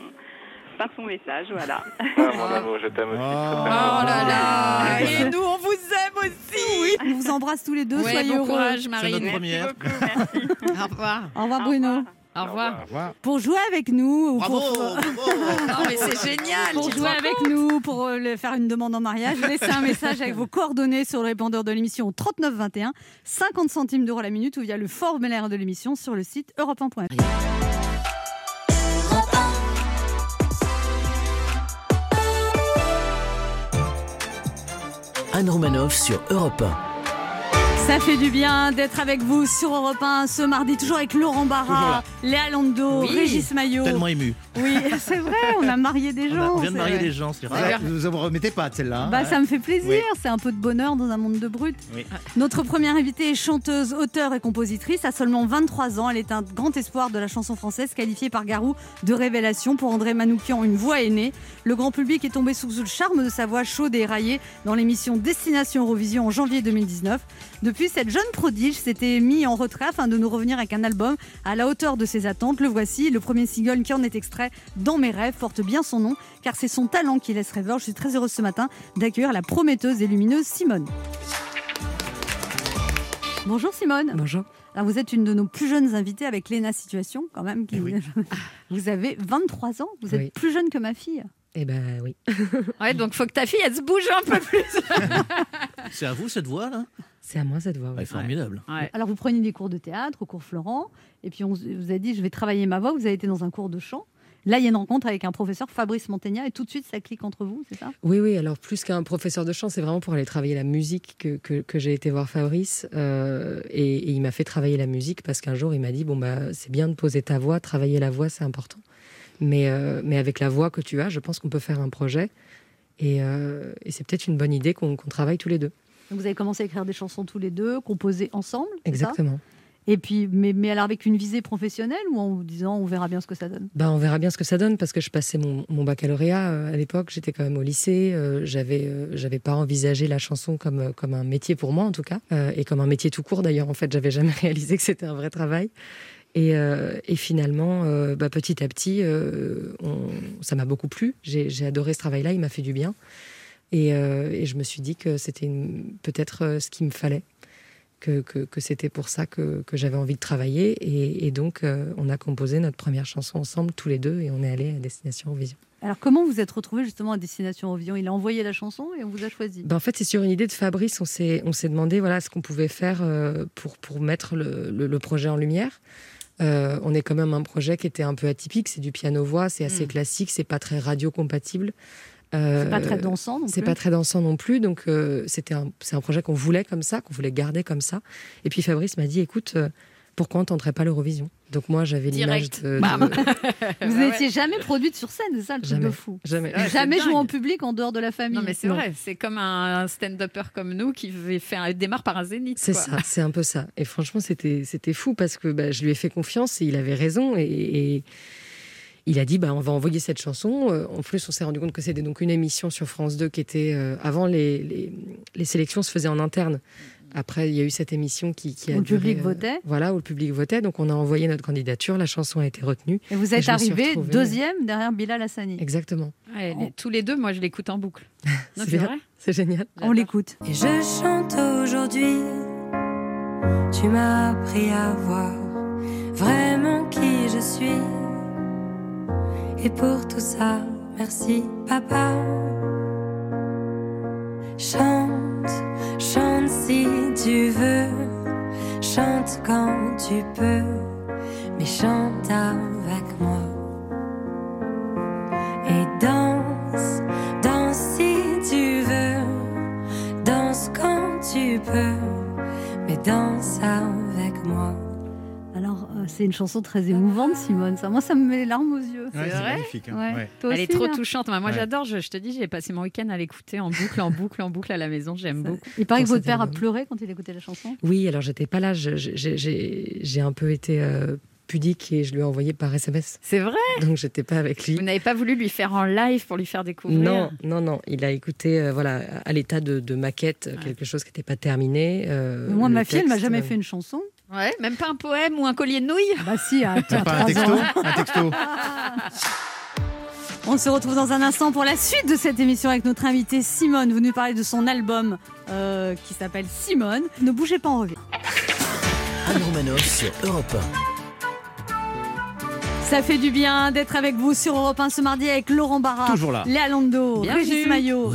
Speaker 8: par son message, voilà.
Speaker 1: Ah, mon amour, je t'aime aussi.
Speaker 6: Oh.
Speaker 5: oh
Speaker 1: très fort.
Speaker 5: là là Et nous, on vous aime aussi
Speaker 3: On vous embrasse tous les deux,
Speaker 5: Ouais,
Speaker 3: soyez
Speaker 5: bon
Speaker 3: heureux.
Speaker 5: courage,
Speaker 6: C'est notre
Speaker 5: Marine.
Speaker 6: première.
Speaker 8: Beaucoup, merci.
Speaker 5: Au revoir.
Speaker 3: Au revoir
Speaker 8: Au
Speaker 3: Bruno.
Speaker 8: revoir.
Speaker 5: Au revoir.
Speaker 3: Pour jouer avec nous, ou
Speaker 6: Bravo,
Speaker 3: pour,
Speaker 6: bravo.
Speaker 5: Non, mais c'est génial.
Speaker 3: pour
Speaker 5: tu te
Speaker 3: jouer
Speaker 5: rends
Speaker 3: avec nous, pour euh, le- faire une demande en mariage, laissez un message avec vos coordonnées sur le répondeur de l'émission au 3921, 50 centimes d'euros la minute ou via le formulaire de l'émission sur le site europe 1.fr.
Speaker 2: Anne Romanoff sur Europe 1.
Speaker 3: Ça fait du bien d'être avec vous sur Europe 1 ce mardi, toujours avec Laurent
Speaker 6: Toujours
Speaker 3: Barra,
Speaker 6: là.
Speaker 3: Léa Lando,
Speaker 5: Oui.
Speaker 3: Régis Maillot.
Speaker 6: Tellement ému.
Speaker 3: Oui, c'est vrai, on a marié des
Speaker 6: On,
Speaker 3: gens.
Speaker 6: a- on vient de
Speaker 3: c'est
Speaker 6: marier
Speaker 3: vrai.
Speaker 6: des gens, c'est
Speaker 4: Ah,
Speaker 6: rare.
Speaker 4: vous vous remettez pas de celle-là. hein
Speaker 3: Bah, ça me fait plaisir,
Speaker 4: Oui.
Speaker 3: c'est un peu de bonheur dans un monde de brutes.
Speaker 4: Oui.
Speaker 3: Notre première invitée est chanteuse, auteure et compositrice. À seulement 23 ans, elle est un grand espoir de la chanson française, qualifiée par Garou de révélation. Pour André Manoukian, une voix aînée. Le grand public est tombé sous sous le charme de sa voix chaude et éraillée dans l'émission Destination Eurovision en janvier 2019. Depuis, cette jeune prodige s'était mise en retrait afin de nous revenir avec un album à la hauteur de ses attentes. Le voici, le premier single qui en est extrait, Dans mes rêves, porte bien son nom, car c'est son talent qui laisse rêveur. Je suis très heureuse ce matin d'accueillir la prometteuse et lumineuse Simone. Bonjour Simone. Bonjour. Alors vous êtes une de nos plus jeunes invitées avec Léna Situation, quand même. Qui...
Speaker 6: Eh oui.
Speaker 3: Vous avez 23 ans, vous êtes
Speaker 9: Oui.
Speaker 3: plus jeune que ma fille.
Speaker 9: Eh ben oui.
Speaker 5: compte Ouais, donc faut que ta fille, elle se bouge un peu plus.
Speaker 6: C'est à vous cette voix là
Speaker 9: C'est à moi cette voix. oui.
Speaker 6: Elle est formidable.
Speaker 3: Alors vous prenez des cours de théâtre au cours Florent, et puis on s- vous a dit je vais travailler ma voix, vous avez été dans un cours de chant. Là, il y a une rencontre avec un professeur, Fabrice Mantegna, et tout de suite, ça clique entre vous, c'est ça
Speaker 9: Oui, oui, alors plus qu'un professeur de chant, c'est vraiment pour aller travailler la musique que, que- que j'ai été voir Fabrice. euh, et, et il m'a fait travailler la musique parce qu'un jour, il m'a dit, bon, bah, c'est bien de poser ta voix, travailler la voix, c'est important. Mais, euh, mais avec la voix que tu as, je pense qu'on peut faire un projet. Et, euh, et c'est peut-être une bonne idée qu'on qu'on travaille tous les deux.
Speaker 3: Donc vous avez commencé à écrire des chansons tous les deux, composer ensemble, c'est ça
Speaker 9: Exactement.
Speaker 3: Et puis, mais, mais alors avec une visée professionnelle ou en vous disant on verra bien ce que ça donne
Speaker 9: Bah, on verra bien ce que ça donne parce que je passais mon, mon baccalauréat euh, à l'époque. J'étais quand même au lycée. euh, j'avais, euh, j'avais pas envisagé la chanson comme euh, comme un métier pour moi en tout cas euh, et comme un métier tout court d'ailleurs. En fait, j'avais jamais réalisé que c'était un vrai travail. Et, euh, et finalement, euh, bah, petit à petit, euh, on- ça m'a beaucoup plu. J'ai, j'ai adoré ce travail-là. Il m'a fait du bien. Et, euh, et je me suis dit que c'était une- peut-être euh, ce qu'il me fallait. Que, que, que c'était pour ça que, que j'avais envie de travailler. Et, et donc, euh, on a composé notre première chanson ensemble, tous les deux, et on est allé à Destination Eurovision.
Speaker 3: Alors comment vous êtes retrouvés justement à Destination Eurovision Il a envoyé la chanson et on vous a choisi.
Speaker 9: Ben, en fait, c'est sur une idée de Fabrice. On s'est, on s'est demandé voilà, ce qu'on pouvait faire euh, pour, pour mettre le, le- le projet en lumière. Euh, on est quand même un projet qui était un peu atypique. C'est du piano-voix, c'est assez
Speaker 5: Mm.
Speaker 9: classique, c'est pas très radio-compatible.
Speaker 3: Hmm. C'est pas très
Speaker 9: Euh,
Speaker 3: dansant hein. non
Speaker 9: C'est
Speaker 3: plus.
Speaker 9: pas très dansant non plus, donc euh, c'était un, c'est un projet qu'on voulait comme ça, qu'on voulait garder comme ça. Et puis Fabrice m'a dit, écoute, euh, pourquoi on tenterait pas l'Eurovision Donc moi j'avais l'image
Speaker 5: Direct.
Speaker 9: de, de-
Speaker 3: Vous
Speaker 5: Bam. Bah ouais.
Speaker 3: n'étiez jamais produite sur scène, c'est ça le truc
Speaker 9: Jamais.
Speaker 3: de fou.
Speaker 9: jamais.
Speaker 5: Ouais, c'est
Speaker 3: jamais joué en
Speaker 5: dingue.
Speaker 3: public en dehors de la famille.
Speaker 5: Non, mais c'est vrai, c'est comme un stand-upper comme nous qui fait- fait un- démarre par un zénith.
Speaker 9: C'est
Speaker 5: quoi.
Speaker 9: ça, c'est un peu ça. Et franchement, c'était c'était fou parce que bah, je lui ai fait confiance et il avait raison et, et il a dit bah on va envoyer cette chanson. Euh, En plus, on s'est rendu compte que c'était donc une émission sur France 2 qui était euh, avant les, les les sélections se faisaient en interne. Après, il y a eu cette émission qui, qui a
Speaker 3: Où le
Speaker 9: duré,
Speaker 3: public
Speaker 9: euh,
Speaker 3: votait.
Speaker 9: Voilà, où le public votait. Donc on a envoyé notre candidature, la chanson a été retenue.
Speaker 3: Et vous
Speaker 9: Et
Speaker 3: êtes
Speaker 9: je me suis
Speaker 3: arrivé
Speaker 9: retrouvée-
Speaker 3: deuxième derrière Bilal Hassani.
Speaker 9: Exactement.
Speaker 5: Ouais, les- tous les deux, moi, je l'écoute en boucle. Non,
Speaker 9: C'est
Speaker 5: c'est
Speaker 9: bien.
Speaker 5: vrai.
Speaker 9: C'est génial.
Speaker 3: On l'écoute.
Speaker 10: Et je chante aujourd'hui. Tu m'as appris à voir vraiment qui je suis. Et pour tout ça, merci papa. Chante, chante si tu veux. Chante quand tu peux. Mais chante avec moi. Et danse, danse si tu veux. Danse quand tu peux, mais danse avec moi.
Speaker 3: Alors, euh, C'est une chanson très émouvante, Simone. Ça, moi, ça me met les larmes aux yeux.
Speaker 4: Ouais, c'est magnifique. hein.
Speaker 3: Ouais.
Speaker 4: Ouais.
Speaker 3: Toi
Speaker 5: Elle
Speaker 3: aussi,
Speaker 5: est trop
Speaker 3: là
Speaker 5: touchante. Moi,
Speaker 4: Ouais.
Speaker 5: j'adore. Je, je te dis, j'ai passé mon week-end à l'écouter en boucle, en boucle, en boucle à la maison. J'aime beaucoup.
Speaker 3: Il paraît que
Speaker 9: Pour
Speaker 3: votre
Speaker 9: cet
Speaker 3: père a
Speaker 9: album.
Speaker 3: pleuré quand il écoutait la chanson.
Speaker 9: Oui, alors j'étais pas là, je- je- j'ai- j'ai j'ai un peu été euh, pudique et je lui ai envoyé par SMS.
Speaker 5: C'est vrai.
Speaker 9: Donc j'étais pas avec lui.
Speaker 5: Vous n'avez pas voulu lui faire en live pour lui faire découvrir.
Speaker 9: Non, non, non. Il a écouté, euh, voilà, à l'état de, de maquette, euh, quelque chose qui n'était pas terminé. euh,
Speaker 3: Moi,
Speaker 9: le
Speaker 3: ma fille, elle m'a
Speaker 9: texte,
Speaker 3: jamais
Speaker 9: euh,
Speaker 3: fait une chanson.
Speaker 5: Ouais, même pas un poème ou un collier de nouilles.
Speaker 3: Bah si, à,
Speaker 4: T'as
Speaker 3: à
Speaker 4: pas un
Speaker 3: trois ans.
Speaker 4: texto Un texto
Speaker 3: On se retrouve dans un instant pour la suite de cette émission avec notre invitée Simone. Vous nous parlez de son album euh, qui s'appelle Simone. Ne bougez pas en revue.
Speaker 2: Anne Romanoff sur Europe
Speaker 3: Ça fait du bien d'être avec vous sur Europe 1 ce mardi avec Laurent Barra,
Speaker 4: Toujours là.
Speaker 3: Léa Lando,
Speaker 5: Bien
Speaker 3: Régis
Speaker 5: vu.
Speaker 3: Maillot.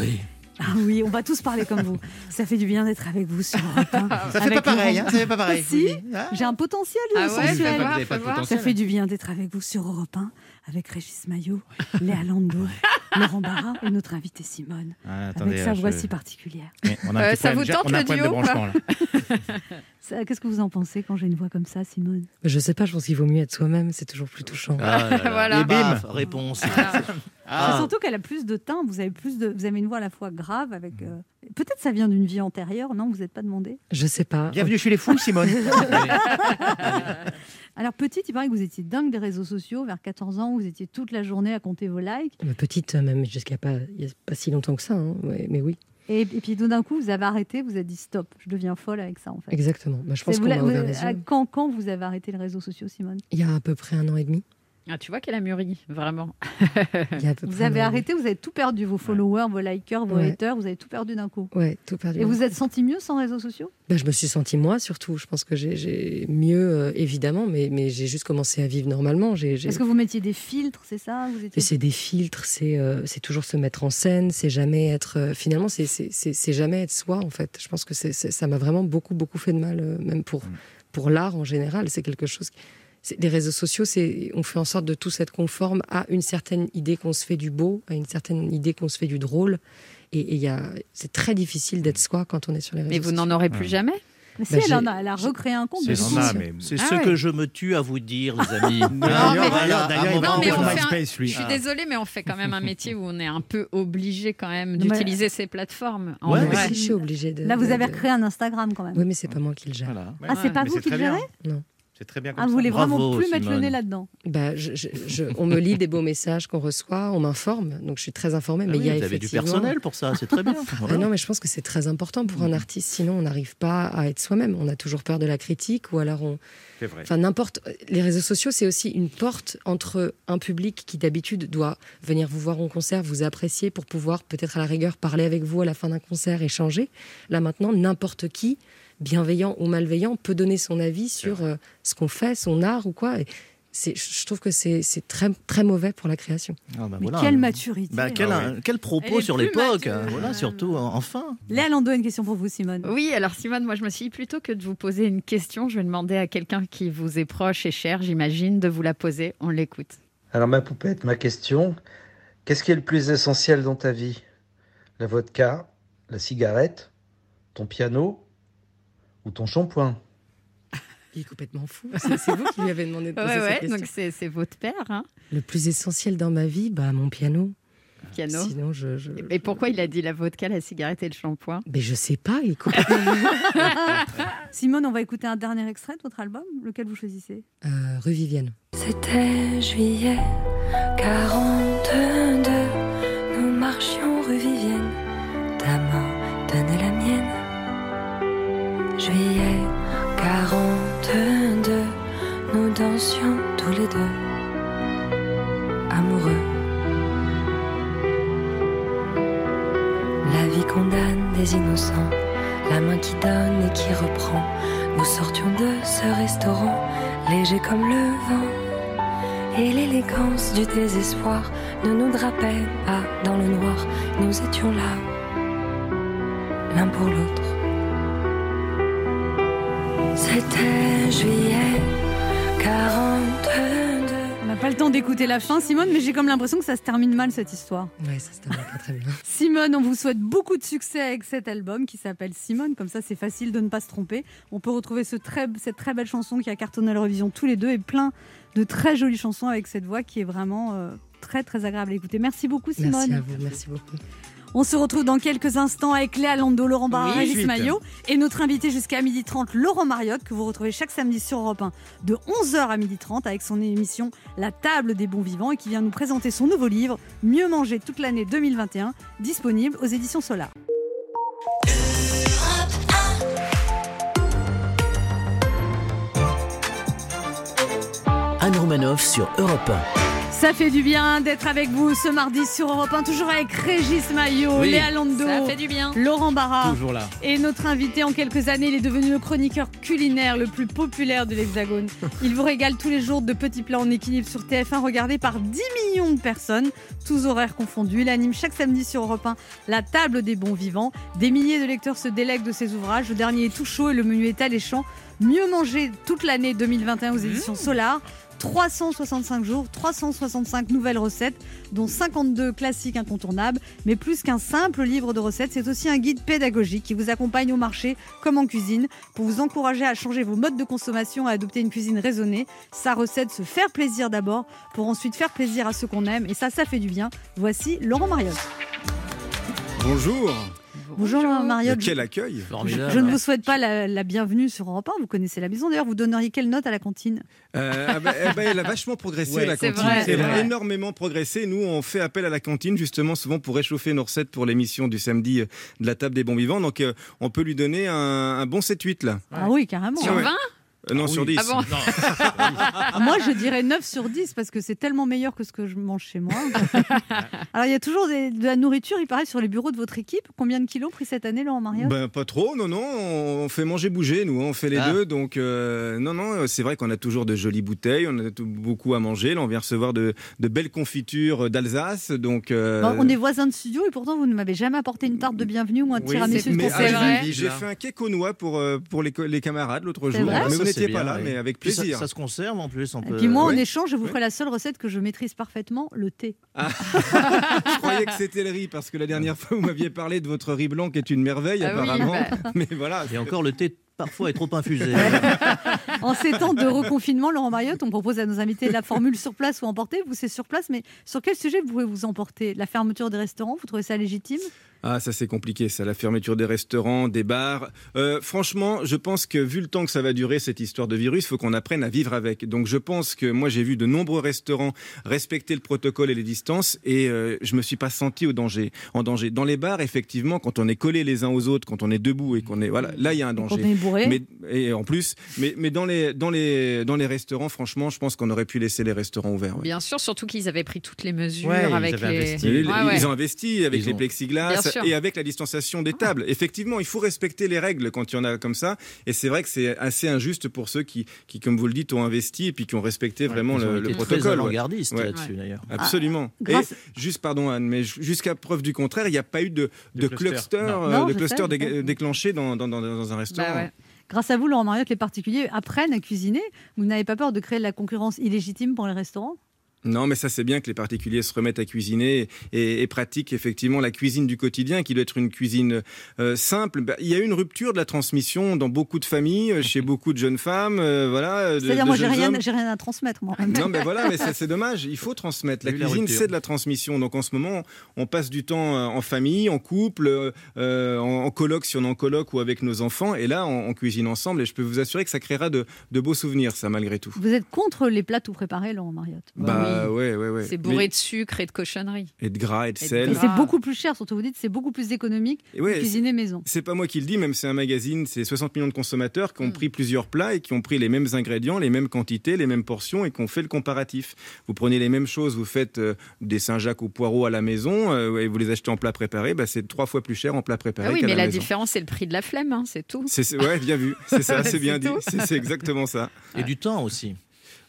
Speaker 3: Ah oui, on va tous parler comme vous. Ça fait du bien d'être avec vous sur Europe 1.
Speaker 6: Ça fait
Speaker 3: Avec
Speaker 6: pas pareil,
Speaker 3: Laurent.
Speaker 6: hein, ça fait pas pareil.
Speaker 3: Si.
Speaker 6: Ah.
Speaker 3: J'ai un potentiel
Speaker 5: Ah
Speaker 3: euh,
Speaker 5: ouais,
Speaker 3: sensuel.
Speaker 5: fais voir,
Speaker 4: Vous avez pas
Speaker 5: fais
Speaker 4: de
Speaker 5: voir.
Speaker 3: Ça fait du bien d'être avec vous sur Europe 1 avec Régis Maillot, Léa Lando, Laurent Barra et notre invitée Simone
Speaker 4: Ah,
Speaker 3: avec
Speaker 4: attendez,
Speaker 3: sa
Speaker 4: là, je-
Speaker 3: voix si particulière.
Speaker 4: Mais on a un
Speaker 5: Euh,
Speaker 4: petit
Speaker 5: ça vous
Speaker 4: problème-
Speaker 5: tente
Speaker 4: on a un
Speaker 5: le
Speaker 4: problème de
Speaker 5: duo ou pas
Speaker 4: branchement, là.
Speaker 3: Ça, Qu'est-ce que vous en pensez quand j'ai une voix comme ça, Simone
Speaker 9: Je sais pas, je pense qu'il vaut mieux être soi-même, c'est toujours plus touchant.
Speaker 11: Ah
Speaker 5: Voilà. Ah.
Speaker 4: Et bim
Speaker 6: Paf, réponse.
Speaker 3: C'est
Speaker 6: Ah.
Speaker 3: surtout qu'elle a plus de teint, vous avez plus de, vous avez une voix à la fois grave avec.
Speaker 4: Mm.
Speaker 3: euh, Peut-être ça vient d'une vie antérieure, non Vous n'êtes pas demandé.
Speaker 9: Je sais pas.
Speaker 4: Bienvenue chez les fous, Simone
Speaker 3: Alors petite, il paraît que vous étiez dingue des réseaux sociaux. Vers 14 ans, vous étiez toute la journée à compter vos likes.
Speaker 9: Ma Petite, euh, même jusqu'à pas, il y a pas si longtemps que ça, hein, ouais, mais oui,
Speaker 3: Et, et puis tout d'un coup, vous avez arrêté. Vous avez dit stop. Je deviens folle avec ça en fait.
Speaker 9: exactement. Bah, je pense
Speaker 3: C'est- vous
Speaker 9: qu'on
Speaker 3: la-
Speaker 9: m'a ouvert
Speaker 3: vous-
Speaker 9: les
Speaker 3: à-
Speaker 9: yeux.
Speaker 3: quand, quand vous avez arrêté les réseaux sociaux, Simone
Speaker 9: Il y a à peu près un an et demi.
Speaker 5: Ah, tu vois qu'elle a mûri, vraiment.
Speaker 9: Il y a à peu
Speaker 3: Vous
Speaker 9: près un
Speaker 3: avez
Speaker 9: an et
Speaker 3: arrêté, vous avez tout perdu, vos followers, vos likers, vos
Speaker 9: Ouais.
Speaker 3: haters, vous avez tout perdu d'un coup.
Speaker 9: demi. Ouais, tout perdu.
Speaker 3: Et vous êtes senti mieux sans réseaux sociaux
Speaker 9: Bah, je me suis sentie moi surtout. Je pense que j'ai- j'ai mieux euh, évidemment, mais, mais j'ai juste commencé à vivre normalement. J'ai, j'ai-
Speaker 3: Parce que vous mettiez des filtres, c'est ça vous
Speaker 9: Et
Speaker 3: étiez...
Speaker 9: c'est des filtres, c'est euh, c'est toujours se mettre en scène, c'est jamais être. euh, finalement, c'est- c'est c'est- c'est jamais être soi, en fait. Je pense que c'est c'est- ça m'a vraiment beaucoup, beaucoup fait de mal, euh, même pour, pour l'art en général. C'est quelque chose. c'est- Les réseaux sociaux, c'est on fait en sorte de tous être conforme à une certaine idée qu'on se fait du beau, à une certaine idée qu'on se fait du drôle. Et, et il y a- c'est très difficile d'être soi quand on est sur les réseaux
Speaker 5: Mais vous
Speaker 9: sociaux.
Speaker 5: n'en aurez plus jamais.
Speaker 3: Mais si,
Speaker 9: Bah,
Speaker 3: elle, en
Speaker 9: j'ai-
Speaker 3: a, elle a recréé un compte.
Speaker 9: C'est
Speaker 3: mais
Speaker 9: normal.
Speaker 3: si,
Speaker 9: normal.
Speaker 6: C'est
Speaker 5: Ah
Speaker 6: ce
Speaker 5: ouais.
Speaker 6: que je me tue à vous dire, les amis.
Speaker 4: D'ailleurs,
Speaker 5: mais-
Speaker 4: d'ailleurs,
Speaker 3: Ah,
Speaker 4: d'ailleurs, il va
Speaker 5: Non, mais
Speaker 4: encore
Speaker 5: on
Speaker 6: Ah
Speaker 4: sur
Speaker 5: fait un-
Speaker 4: MySpace,
Speaker 5: Je
Speaker 4: lui. Ah.
Speaker 11: Ah.
Speaker 5: suis désolée, mais on fait quand même un métier où on est un peu obligé quand même
Speaker 3: Non, mais-
Speaker 5: d'utiliser ces plateformes. En
Speaker 4: Ouais,
Speaker 9: Ouais,
Speaker 4: mais
Speaker 5: vrai.
Speaker 9: si, je suis obligée de.
Speaker 3: Là, vous
Speaker 9: de-
Speaker 3: avez
Speaker 9: de-
Speaker 3: recréé un Instagram quand même.
Speaker 9: Oui, mais c'est pas moi qui le gère.
Speaker 4: Voilà.
Speaker 3: Ah, c'est pas
Speaker 4: Mais
Speaker 3: vous
Speaker 4: c'est
Speaker 3: qui le
Speaker 4: très bien.
Speaker 3: gérez
Speaker 9: Non.
Speaker 4: C'est très bien comme
Speaker 3: Ah, vous voulez vraiment
Speaker 6: Bravo,
Speaker 3: plus mettre le
Speaker 6: Simone.
Speaker 3: nez là-dedans
Speaker 9: Bah, je- je- je- on me lit des beaux messages qu'on reçoit, on m'informe, donc je suis très informée.
Speaker 6: Ah
Speaker 9: mais
Speaker 6: oui,
Speaker 9: il y a
Speaker 6: vous avez du
Speaker 9: effectivement-
Speaker 6: personnel hein. pour ça, c'est très bien.
Speaker 5: bah
Speaker 9: Ah non, mais je pense que c'est très important pour un artiste, sinon on n'arrive pas à être soi-même. On a toujours peur de la critique, ou alors on.
Speaker 4: ça. C'est vrai.
Speaker 9: Enfin, n'importe. Les réseaux sociaux, c'est aussi une porte entre un public qui d'habitude doit venir vous voir en concert, vous apprécier pour pouvoir peut-être à la rigueur parler avec vous à la fin d'un concert, échanger. Là maintenant, n'importe qui, bienveillant ou malveillant, peut donner son avis sur euh, ce qu'on fait, son art ou quoi. Et c'est, je trouve que c'est, c'est très, très mauvais pour la création.
Speaker 6: Ah, bah,
Speaker 3: Mais
Speaker 6: voilà.
Speaker 3: quelle maturité
Speaker 6: Bah, quel,
Speaker 4: Ah
Speaker 6: quel
Speaker 5: Elle est
Speaker 6: propos sur
Speaker 5: plus
Speaker 6: l'époque,
Speaker 5: mature.
Speaker 6: hein, voilà, surtout, en- enfin.
Speaker 3: Léa Lando, une question pour vous, Simone.
Speaker 5: Oui, alors Simone, moi je me suis dit plutôt que de vous poser une question, je vais demander à quelqu'un qui vous est proche et cher, j'imagine, de vous la poser. On l'écoute.
Speaker 12: Alors ma poupette, ma question, qu'est-ce qui est le plus essentiel dans ta vie? La vodka, la cigarette, ton piano ou ton shampoing?
Speaker 9: Il est complètement fou. C'est, c'est vous qui lui avez demandé de
Speaker 5: Ouais,
Speaker 9: poser cette
Speaker 5: ouais,
Speaker 9: question.
Speaker 5: donc c'est c'est votre père, hein,
Speaker 9: Le plus essentiel dans ma vie, bah, mon piano. Eh ben,
Speaker 5: piano.
Speaker 9: Sinon, je. je-
Speaker 5: Et pourquoi il a dit la vodka, la cigarette et le shampoing
Speaker 9: Mais je sais pas, il est complètement.
Speaker 3: Simone, on va écouter un dernier extrait de votre album, lequel vous choisissez
Speaker 9: Euh, rue Vivienne.
Speaker 10: C'était juillet 42. Nous marchions rue Vivienne. Ta main tenait la mienne. Juillet 42. Nous dansions tous les deux. Amoureux. La vie condamne des innocents. La main qui donne et qui reprend. Nous sortions de ce restaurant léger comme le vent. Et l'élégance du désespoir ne nous drapait pas dans le noir. Nous étions là, l'un pour l'autre. C'était juillet 42.
Speaker 3: On a pas le temps d'écouter la fin, Simone, mais j'ai comme l'impression que ça se termine mal cette histoire.
Speaker 9: Ouais, ça se termine pas très bien.
Speaker 3: Simone, on vous souhaite beaucoup de succès avec cet album qui s'appelle Simone. Comme ça, c'est facile de ne pas se tromper. On peut retrouver ce très, cette très belle chanson qui a cartonné à l'Eurovision tous les deux et plein de très jolies chansons avec cette voix qui est vraiment euh, très, très agréable à écouter. Merci beaucoup, Simone.
Speaker 9: Merci à vous, merci beaucoup.
Speaker 3: On se retrouve dans quelques instants avec Léa Lando, Laurent Barra,
Speaker 9: Oui.
Speaker 3: Régis
Speaker 9: Suite.
Speaker 3: Maillot et notre invité jusqu'à 12h30, Laurent Mariotte, que vous retrouvez chaque samedi sur Europe 1 de 11h à 12h30 avec son émission La table des bons vivants et qui vient nous présenter son nouveau livre Mieux manger toute l'année 2021, disponible aux éditions Solar.
Speaker 2: Anne Romanoff sur Europe
Speaker 3: Ça fait du bien d'être avec vous ce mardi sur Europe 1, toujours avec Régis Maillot,
Speaker 2: Oui.
Speaker 3: Léa Lando,
Speaker 5: Ça fait du bien.
Speaker 3: Laurent Barra.
Speaker 4: Toujours là.
Speaker 3: Et notre invité, en quelques années, il est devenu le chroniqueur culinaire le plus populaire de l'Hexagone. Il vous régale tous les jours de petits plats en équilibre sur TF1, regardé par 10 millions de personnes, tous horaires confondus. Il anime chaque samedi sur Europe 1 la table des bons vivants. Des milliers de lecteurs se délèguent de ses ouvrages. Le dernier est tout chaud et le menu est alléchant. Mieux manger toute l'année 2021 aux
Speaker 4: Mmh.
Speaker 3: éditions Solar. 365 jours, 365 nouvelles recettes, dont 52 classiques incontournables. Mais plus qu'un simple livre de recettes, c'est aussi un guide pédagogique qui vous accompagne au marché comme en cuisine pour vous encourager à changer vos modes de consommation, à adopter une cuisine raisonnée. Sa recette, se faire plaisir d'abord pour ensuite faire plaisir à ceux qu'on aime. Et ça, ça fait du bien. Voici Laurent Mariotte.
Speaker 11: Bonjour.
Speaker 3: Bonjour, Laurent
Speaker 11: Mais
Speaker 3: Mariotte.
Speaker 11: Quel accueil
Speaker 3: Je ne vous souhaite pas la, la bienvenue sur Europe 1, vous connaissez la maison. D'ailleurs, vous donneriez quelle note à la cantine
Speaker 11: Euh, ah bah, eh bah, elle a vachement progressé
Speaker 3: Ouais,
Speaker 11: la
Speaker 3: c'est
Speaker 11: cantine.
Speaker 3: vrai. C'est
Speaker 11: elle a
Speaker 3: vrai.
Speaker 11: énormément progressé. Nous, on fait appel à la cantine justement souvent pour réchauffer nos recettes pour l'émission du samedi euh, de la table des bons vivants. Donc, euh, on peut lui donner un, un bon 7-8 là.
Speaker 3: Ah oui, carrément.
Speaker 11: Sur Ouais. 20? Euh, non,
Speaker 3: Ah
Speaker 11: sur
Speaker 3: oui.
Speaker 11: 10.
Speaker 3: Ah bon Ah, Moi, je dirais 9 sur 10 parce que c'est tellement meilleur que ce que je mange chez moi. Alors, il y a toujours des- de la nourriture, il paraît, sur les bureaux de votre équipe. Combien de kilos pris cette année, Laurent Mariotte
Speaker 11: Ben, pas trop, non, non. On fait manger, bouger, nous. hein, On fait les
Speaker 3: Ah.
Speaker 11: deux. Donc, euh, non, non, c'est vrai qu'on a toujours de jolies bouteilles. On a tout- beaucoup à manger. Là, on vient recevoir de, de belles confitures euh, d'Alsace. Donc, euh,
Speaker 3: Bon, On est voisins de studio et pourtant, vous ne m'avez jamais apporté une tarte de bienvenue ou un
Speaker 11: oui,
Speaker 3: tiramisu
Speaker 11: mais
Speaker 3: de conserve.
Speaker 11: ah, j'ai- J'ai fait un cake au noix pour, euh, pour les, co- les camarades l'autre
Speaker 3: C'est
Speaker 11: jour.
Speaker 3: vrai
Speaker 11: mais
Speaker 6: Ça,
Speaker 11: vous
Speaker 6: c'est
Speaker 11: n'étiez
Speaker 6: bien,
Speaker 11: pas là,
Speaker 6: oui.
Speaker 11: mais avec
Speaker 6: Puis ça-
Speaker 11: plaisir.
Speaker 6: Ça, se conserve en plus. On
Speaker 3: Et
Speaker 6: peut...
Speaker 3: puis moi, en
Speaker 11: Euh, ouais.
Speaker 3: échange, je vous ferai la seule recette que je maîtrise parfaitement, le thé.
Speaker 11: Je croyais que c'était le riz parce que la dernière fois vous m'aviez parlé de votre riz blanc qui est une merveille
Speaker 3: Ah oui,
Speaker 11: apparemment.
Speaker 3: bah.
Speaker 11: Mais voilà. Et
Speaker 6: encore le thé parfois est trop infusé.
Speaker 3: En ces temps de reconfinement, Laurent Mariotte, on propose à nos invités la formule sur place ou emporter. Vous, c'est sur place, mais sur quel sujet vous pouvez vous emporter La fermeture des restaurants, vous trouvez ça légitime
Speaker 11: Ah, ça c'est compliqué, ça, la fermeture des restaurants, des bars. Euh, franchement, je pense que vu le temps que ça va durer, cette histoire de virus, faut qu'on apprenne à vivre avec. Donc je pense que moi j'ai vu de nombreux restaurants respecter le protocole et les distances et euh, je me suis pas senti au danger, en danger. Dans les bars, effectivement, quand on est collés les uns aux autres, quand on est debout et qu'on est. Voilà, là il y a un danger.
Speaker 3: on est bourré.
Speaker 11: Mais- et en plus, mais, mais dans, les, dans, les, dans les restaurants, franchement, je pense qu'on aurait pu laisser les restaurants ouverts. ouais.
Speaker 5: Bien sûr, surtout qu'ils avaient pris toutes les mesures
Speaker 11: Ouais, ils
Speaker 5: avec
Speaker 11: avaient
Speaker 5: les.
Speaker 11: investi. Ils,
Speaker 5: Ouais, ouais.
Speaker 11: ils ont investi avec
Speaker 13: Ils
Speaker 11: les
Speaker 13: ont-
Speaker 5: Bien
Speaker 11: plexiglas
Speaker 5: sûr.
Speaker 11: et avec la distanciation des tables. Effectivement, il faut respecter les règles quand il y en a comme ça. Et c'est vrai que c'est assez injuste pour ceux qui, qui, comme vous le dites, ont investi et puis qui ont respecté vraiment
Speaker 6: ils ont
Speaker 11: le,
Speaker 6: été
Speaker 11: le
Speaker 6: très
Speaker 11: protocole. ouais.
Speaker 6: avant-gardistes là-dessus, d'ailleurs.
Speaker 11: Absolument.
Speaker 6: Ah, grâce-
Speaker 11: Et juste, pardon Anne, mais ju- jusqu'à preuve du contraire, il n'y a pas eu de, de,
Speaker 6: cluster.
Speaker 11: cluster,
Speaker 6: Non.
Speaker 11: euh,
Speaker 3: Non,
Speaker 11: de
Speaker 3: je
Speaker 11: cluster
Speaker 3: sais, je
Speaker 11: dé- déclenché dans, dans, dans- dans un restaurant.
Speaker 3: Bah ouais. Grâce à vous, Laurent Mariotte, les particuliers apprennent à cuisiner. Vous n'avez pas peur de créer de la concurrence illégitime pour les restaurants
Speaker 11: Non, mais ça c'est bien que les particuliers se remettent à cuisiner et, et pratiquent effectivement la cuisine du quotidien, qui doit être une cuisine euh, simple. Bah, il y a eu une rupture de la transmission dans beaucoup de familles, euh, chez beaucoup de jeunes femmes, euh, voilà. de-
Speaker 3: C'est-à-dire,
Speaker 11: de
Speaker 3: moi, j'ai
Speaker 11: jeunes
Speaker 3: rien,
Speaker 11: hommes.
Speaker 3: j'ai rien à transmettre. Moi.
Speaker 11: Non, mais voilà, mais ça, c'est dommage. Il faut transmettre. La
Speaker 6: Il y a eu la
Speaker 11: cuisine,
Speaker 6: rupture.
Speaker 11: c'est de la transmission. Donc en ce moment, on passe du temps euh, en famille, en couple, euh, euh, en, en colloque si on est en colloque ou avec nos enfants. Et là, on, on cuisine ensemble. Et je peux vous assurer que ça créera de, de beaux souvenirs, ça, malgré tout.
Speaker 3: Vous êtes contre les plats tout préparés, Laurent Mariotte
Speaker 11: Bah, ouais, ouais, ouais.
Speaker 5: C'est bourré
Speaker 11: Mais-
Speaker 5: de sucre et de cochonneries.
Speaker 11: Et de gras et de
Speaker 5: Et de
Speaker 11: sel.
Speaker 3: Et c'est beaucoup plus cher, surtout vous dites, c'est beaucoup plus économique
Speaker 11: Et ouais,
Speaker 3: de cuisiner maison.
Speaker 11: C'est pas moi qui le dis, même c'est un magazine, c'est 60 millions de consommateurs
Speaker 5: Mm.
Speaker 11: qui ont pris plusieurs plats et qui ont pris les mêmes ingrédients, les mêmes quantités, les mêmes portions et qui ont fait le comparatif. Vous prenez les mêmes choses, vous faites euh, des Saint-Jacques au poireau à la maison euh, et vous les achetez en plat préparé, bah, c'est trois fois plus cher en plat préparé.
Speaker 5: Ah oui,
Speaker 11: qu'à
Speaker 5: mais
Speaker 11: la,
Speaker 5: la
Speaker 11: maison.
Speaker 5: différence, c'est le prix de la flemme, hein, c'est tout.
Speaker 11: C'est, c'est- ouais, bien vu, c'est ça, c'est bien dit,
Speaker 5: tout.
Speaker 11: c'est, c'est exactement ça.
Speaker 6: Et du temps aussi.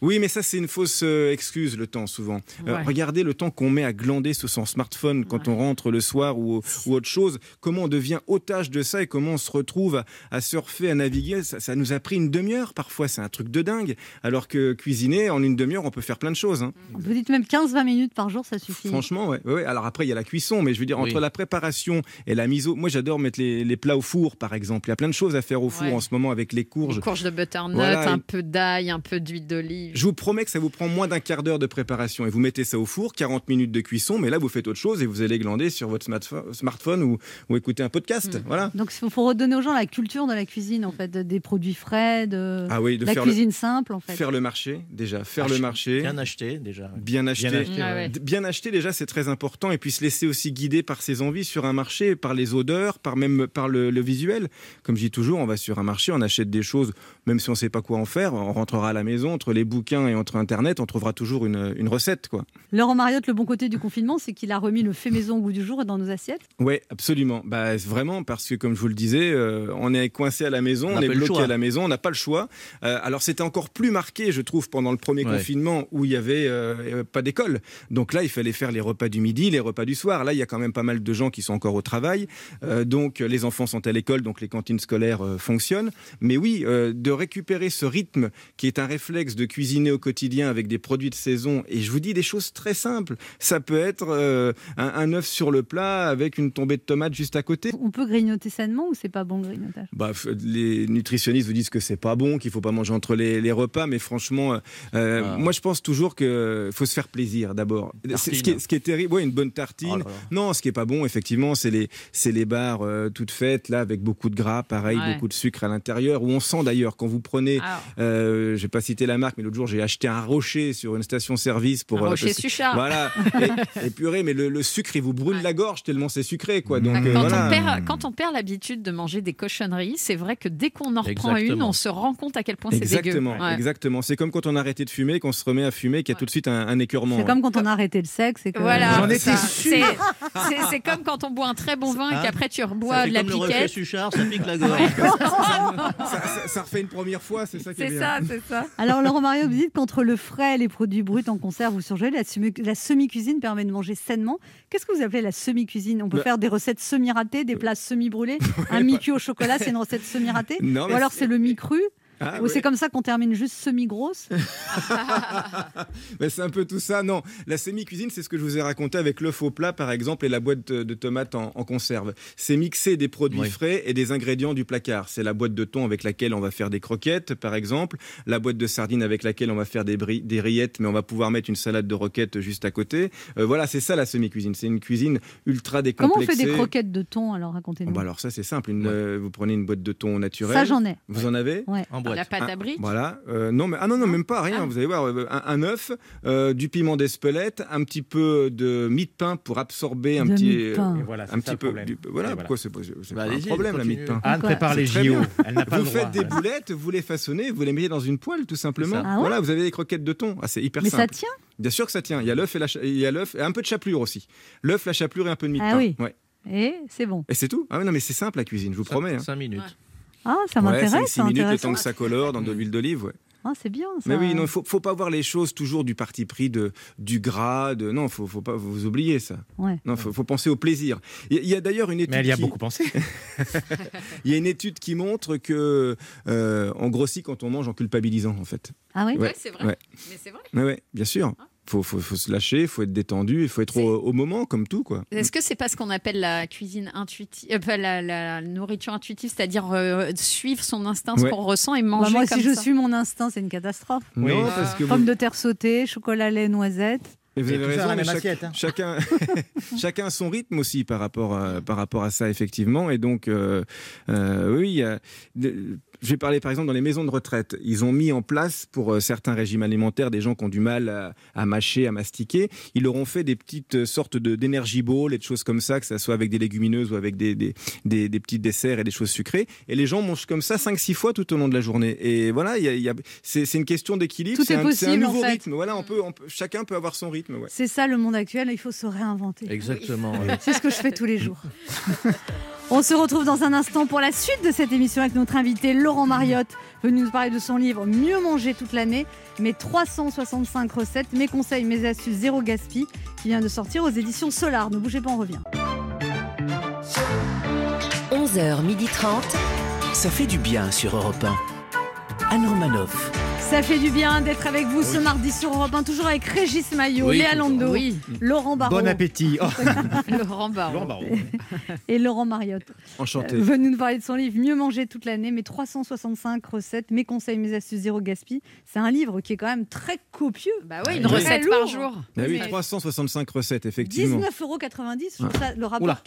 Speaker 11: Oui, mais ça, c'est une fausse euh, excuse, le temps, souvent. Euh,
Speaker 13: Ouais.
Speaker 11: regardez le temps qu'on met à glander sur son smartphone quand on rentre le soir ou, au- ou autre chose. Comment on devient otage de ça et comment on se retrouve à, à surfer, à naviguer. Ça, ça nous a pris une demi-heure parfois. C'est un truc de dingue. Alors que cuisiner, en une demi-heure, on peut faire plein de choses. hein.
Speaker 3: Vous dites même 15-20 minutes par jour, ça suffit.
Speaker 11: Franchement, ouais. ouais, ouais. Alors après, il y a la cuisson, mais je veux dire, entre
Speaker 3: Oui.
Speaker 11: la préparation et la mise au. Moi, j'adore mettre les, les plats au four, par exemple. Il y a plein de choses à faire au four
Speaker 5: Ouais.
Speaker 11: en ce moment avec les courges.
Speaker 5: Une courge de butternut,
Speaker 11: Voilà,
Speaker 5: un
Speaker 11: et-
Speaker 5: peu d'ail, un peu d'huile d'olive.
Speaker 11: Je vous promets que ça vous prend moins d'un quart d'heure de préparation et vous mettez ça au four, 40 minutes de cuisson, mais là vous faites autre chose et vous allez glander sur votre smartphone, smartphone ou, ou écouter un podcast.
Speaker 3: Mm.
Speaker 11: Voilà.
Speaker 3: Donc il faut redonner aux gens la culture de la cuisine, en fait, de- des produits frais, de,
Speaker 11: Ah oui, de
Speaker 3: la
Speaker 11: faire
Speaker 3: cuisine
Speaker 11: le-
Speaker 3: simple, en fait.
Speaker 11: Faire le marché, déjà. Faire le marché.
Speaker 6: Bien acheté, déjà.
Speaker 11: Bien acheté.
Speaker 6: Bien
Speaker 5: Ah
Speaker 6: acheté, ouais.
Speaker 11: D- bien acheté, déjà, c'est très important. Et puis se laisser aussi guider par ses envies sur un marché, par les odeurs, par même par le, le visuel. Comme je dis toujours, on va sur un marché, on achète des choses, même si on ne sait pas quoi en faire. On rentrera à la maison, entre les bouquins et entre Internet, on trouvera toujours une, une recette, quoi.
Speaker 3: Laurent Mariotte, le bon côté du confinement, c'est qu'il a remis le fait maison au goût du jour et dans nos assiettes.
Speaker 11: Oui, absolument. Bah, vraiment, parce que comme je vous le disais, euh, on est coincé à la maison,
Speaker 6: On
Speaker 11: on, est
Speaker 6: n'a pas le
Speaker 11: bloqué
Speaker 6: choix.
Speaker 11: à la maison, on n'a pas le choix. Euh, alors c'était encore plus marqué, je trouve, pendant le premier
Speaker 6: Ouais.
Speaker 11: confinement où il y avait euh, euh, pas d'école. Donc là, il fallait faire les repas du midi, les repas du soir. Là, il y a quand même pas mal de gens qui sont encore au travail. Euh, donc euh, les enfants sont à l'école, donc les cantines scolaires euh, fonctionnent. Mais oui, euh, de récupérer ce rythme qui est un réflexe de cuisiner au quotidien avec des produits de saison. Et je vous dis des choses très simples. Ça peut être euh, un, un œuf sur le plat avec une tombée de tomates juste à côté.
Speaker 3: On peut grignoter sainement ou c'est pas bon le grignotage
Speaker 11: Bah, f- les nutritionnistes vous disent que c'est pas bon, qu'il faut pas manger entre les, les repas, mais franchement, euh, euh, moi je pense toujours que faut se faire plaisir d'abord. C'est- Ce qui, est, ce qui est terrible, ouais, une bonne
Speaker 6: Oh
Speaker 11: tartine. Non, ce qui est pas bon, effectivement, c'est les c'est les barres euh, toutes faites là avec beaucoup de gras, pareil,
Speaker 13: Ouais.
Speaker 11: beaucoup de sucre à l'intérieur. Où on sent d'ailleurs quand vous prenez,
Speaker 13: Ah.
Speaker 11: euh, j'ai pas cité la marque, mais l'autre jour j'ai acheté un rocher sur une station-service
Speaker 5: Ah,
Speaker 11: pour euh,
Speaker 13: Un rocher
Speaker 11: parce que-
Speaker 5: Suchard.
Speaker 11: Voilà, et, et purée, mais le, le sucre il vous brûle la gorge tellement c'est sucré quoi. Donc
Speaker 5: Quand,
Speaker 11: euh, voilà.
Speaker 5: on perd, quand on perd l'habitude de manger des cochonneries, c'est vrai que dès qu'on en reprend une,
Speaker 11: Exactement.
Speaker 5: on se rend compte à quel point c'est dégueu.
Speaker 11: Exactement,
Speaker 5: Ouais.
Speaker 11: exactement. C'est comme quand on a arrêté de fumer, qu'on se remet à fumer, qu'il y a tout de suite un, hein. un écœurement.
Speaker 3: C'est
Speaker 11: ouais.
Speaker 3: comme quand on a arrêté le sexe. et que-
Speaker 5: Voilà.
Speaker 11: J'en étais
Speaker 5: Ça,
Speaker 11: sûr.
Speaker 5: c'est- C'est c'est comme quand on boit un très bon vin et
Speaker 6: Ah.
Speaker 5: qu'après tu
Speaker 6: Ça
Speaker 5: rebois
Speaker 6: fait
Speaker 5: de la
Speaker 6: comme le reflet
Speaker 5: piquette.
Speaker 6: Suchard, ça pique la gorge.
Speaker 11: ça, ça- ça refait une première fois, c'est ça qui est,
Speaker 5: C'est
Speaker 11: bien.
Speaker 5: ça, c'est ça.
Speaker 3: Alors Laurent Mario, vous dites qu'entre le frais, les produits bruts en conserve ou surgelés, la, semi- la semi-cuisine permet de manger sainement. Qu'est-ce que vous appelez la semi-cuisine On peut
Speaker 11: Bah-
Speaker 3: faire des recettes semi-ratées, des plats semi-brûlés. un mi-cuit au chocolat, c'est une recette semi-ratée.
Speaker 11: Non,
Speaker 3: Ou
Speaker 11: mais
Speaker 3: alors
Speaker 11: c'est-
Speaker 3: c'est le mi-cru.
Speaker 11: Ah,
Speaker 3: ou
Speaker 11: ouais.
Speaker 3: c'est comme ça qu'on termine juste semi-grosse.
Speaker 11: Mais c'est un peu tout ça. Non, la semi-cuisine, c'est ce que je vous ai raconté avec le faux plat, par exemple, et la boîte euh, de de tomates en, en conserve. C'est mixer des produits frais et des ingrédients du placard. C'est la boîte de thon avec laquelle on va faire des croquettes, par exemple, la boîte de sardines avec laquelle on va faire des, bri- des rillettes, mais on va pouvoir mettre une salade de roquettes juste à côté. Euh, voilà, c'est ça la semi-cuisine. C'est une cuisine ultra
Speaker 3: Comment on
Speaker 11: décomplexée.
Speaker 3: fait des croquettes de thon Alors racontez-nous.
Speaker 11: Bon, bah alors ça c'est simple, Une, euh, vous prenez une boîte de thon naturel.
Speaker 3: Ça, j'en ai.
Speaker 11: Vous en avez
Speaker 3: Ouais. En
Speaker 5: boîte. La
Speaker 11: Ah,
Speaker 5: pâte à briques.
Speaker 11: Voilà. Euh, non mais ah non
Speaker 3: Hein
Speaker 11: non même pas rien. Vous allez voir euh, un, un œuf, euh, du piment d'Espelette, un petit peu de mie de pain pour absorber un
Speaker 4: De
Speaker 11: petit euh,
Speaker 4: mie de pain. Et voilà,
Speaker 11: voilà,
Speaker 4: c'est
Speaker 11: un
Speaker 4: ça
Speaker 11: petit
Speaker 4: le
Speaker 11: peu
Speaker 4: problème.
Speaker 11: du- voilà
Speaker 4: Et voilà.
Speaker 11: pourquoi c'est pas, c'est- c'est
Speaker 4: Bah,
Speaker 11: pas un
Speaker 4: allez-y,
Speaker 11: problème la mie de pain.
Speaker 4: continue. Anne prépare
Speaker 11: C'est
Speaker 4: les
Speaker 11: très
Speaker 4: JO.
Speaker 11: bien.
Speaker 4: Elle n'a pas
Speaker 11: vous
Speaker 4: le
Speaker 11: faites
Speaker 4: droit.
Speaker 11: des boulettes, vous les façonnez, vous les mettez dans une poêle tout simplement.
Speaker 3: C'est ça. Ah ouais
Speaker 11: voilà, vous avez des croquettes de thon. Ah, c'est hyper
Speaker 3: Mais ça
Speaker 11: simple.
Speaker 3: tient
Speaker 11: Bien sûr que ça tient. Il y a l'œuf et la cha- il y a l'œuf et un peu de chapelure aussi. L'œuf, la chapelure et un peu de mie de
Speaker 3: Ah
Speaker 11: pain.
Speaker 3: oui.
Speaker 11: Ouais.
Speaker 3: Et Eh, c'est bon.
Speaker 11: Et c'est tout Ah ouais, non, mais c'est simple la cuisine, je vous
Speaker 4: hein.
Speaker 11: promets. hein. 5 minutes.
Speaker 3: Ah, ça m'intéresse.
Speaker 11: 6
Speaker 3: Mm. c'est
Speaker 11: minutes, le
Speaker 3: intéressant.
Speaker 11: temps que ça colore dans de l'huile d'olive, ouais.
Speaker 3: Ah, c'est bien. Ça.
Speaker 11: Mais oui, il faut, faut pas voir les choses toujours du parti pris, de, du gras, de... Non, faut, faut pas vous oublier ça.
Speaker 3: Ouais.
Speaker 11: Non, faut, faut penser au plaisir. Il y a- il y a d'ailleurs une étude.
Speaker 4: elle y a
Speaker 11: qui-
Speaker 4: beaucoup pensé.
Speaker 11: Il y a une étude qui montre que euh, on grossit quand on mange en culpabilisant, en fait.
Speaker 3: Ah oui
Speaker 11: Ouais, Ouais, c'est vrai. ouais.
Speaker 5: Mais c'est vrai.
Speaker 11: Oui, ouais, bien sûr. Faut, faut, faut se lâcher, faut être détendu, il faut être au, au moment, comme tout, quoi.
Speaker 5: Est-ce que c'est pas ce qu'on appelle la cuisine intuitive, euh, pas la, la nourriture intuitive, c'est-à-dire euh, suivre son instinct, ce
Speaker 11: Ouais.
Speaker 5: qu'on ressent et
Speaker 3: Bah,
Speaker 5: manger
Speaker 3: moi,
Speaker 5: comme
Speaker 3: si je
Speaker 5: ça
Speaker 3: suis mon instinct, c'est une catastrophe.
Speaker 11: Oui. Non, parce que
Speaker 3: Pommes
Speaker 11: vous-
Speaker 3: de terre sautées, chocolat, lait, noisettes.
Speaker 11: Mais vous
Speaker 4: Et
Speaker 11: avez
Speaker 4: tout ça
Speaker 11: raison,
Speaker 4: dans la
Speaker 11: mais
Speaker 4: même
Speaker 11: chaque-
Speaker 4: assiette, hein.
Speaker 11: chacun, chacun a son rythme aussi par rapport à, par rapport à ça, effectivement. Et donc, euh, euh, oui, il y a- de- je vais parler par exemple dans les maisons de retraite. Ils ont mis en place pour euh, certains régimes alimentaires des gens qui ont du mal à, à mâcher, à mastiquer. Ils leur ont fait des petites euh, sortes de- d'énergie ball et de choses comme ça, que ça soit avec des légumineuses ou avec des, des, des- des petits desserts et des choses sucrées. Et les gens mangent comme ça 5-6 fois tout au long de la journée. Et voilà, il y a- il y a- c'est c'est une question d'équilibre.
Speaker 3: Tout
Speaker 11: c'est
Speaker 3: est
Speaker 11: un- C'est un
Speaker 3: possible, en
Speaker 11: nouveau
Speaker 3: fait.
Speaker 11: rythme. Voilà, on peut, on peut- chacun peut avoir son rythme. ouais.
Speaker 3: C'est ça le monde actuel, il faut se réinventer.
Speaker 6: Exactement.
Speaker 3: C'est ce que je fais tous les jours. On se retrouve dans un instant pour la suite de cette émission avec notre invité Laurent Mariotte, venu nous parler de son livre Mieux manger toute l'année, mes 365 recettes, mes conseils, mes astuces, zéro gaspille, qui vient de sortir aux éditions Solar. Ne bougez pas, on revient.
Speaker 2: 11h30. Ça fait du bien sur Europe 1. Anne Romanoff.
Speaker 3: Ça fait du bien d'être avec vous ce mardi sur Europe 1, toujours avec Régis Maillot,
Speaker 4: Oui,
Speaker 3: Léa
Speaker 4: toujours.
Speaker 3: Lando,
Speaker 4: Oui.
Speaker 3: Laurent Barraud.
Speaker 4: Bon appétit. Oh.
Speaker 5: Laurent Barraud.
Speaker 3: et Laurent Mariotte.
Speaker 11: Enchanté.
Speaker 3: Euh, Venu nous parler de son livre Mieux manger toute l'année, mes 365 recettes, mes conseils, mes astuces, zéro gaspille. C'est un livre qui est quand même très copieux. Bah
Speaker 5: oui, une recette par jour.
Speaker 11: Ah oui,
Speaker 3: Mais-
Speaker 11: 365 recettes, effectivement.
Speaker 3: 19,90 euros, je trouve ça, le rapport
Speaker 11: Oula.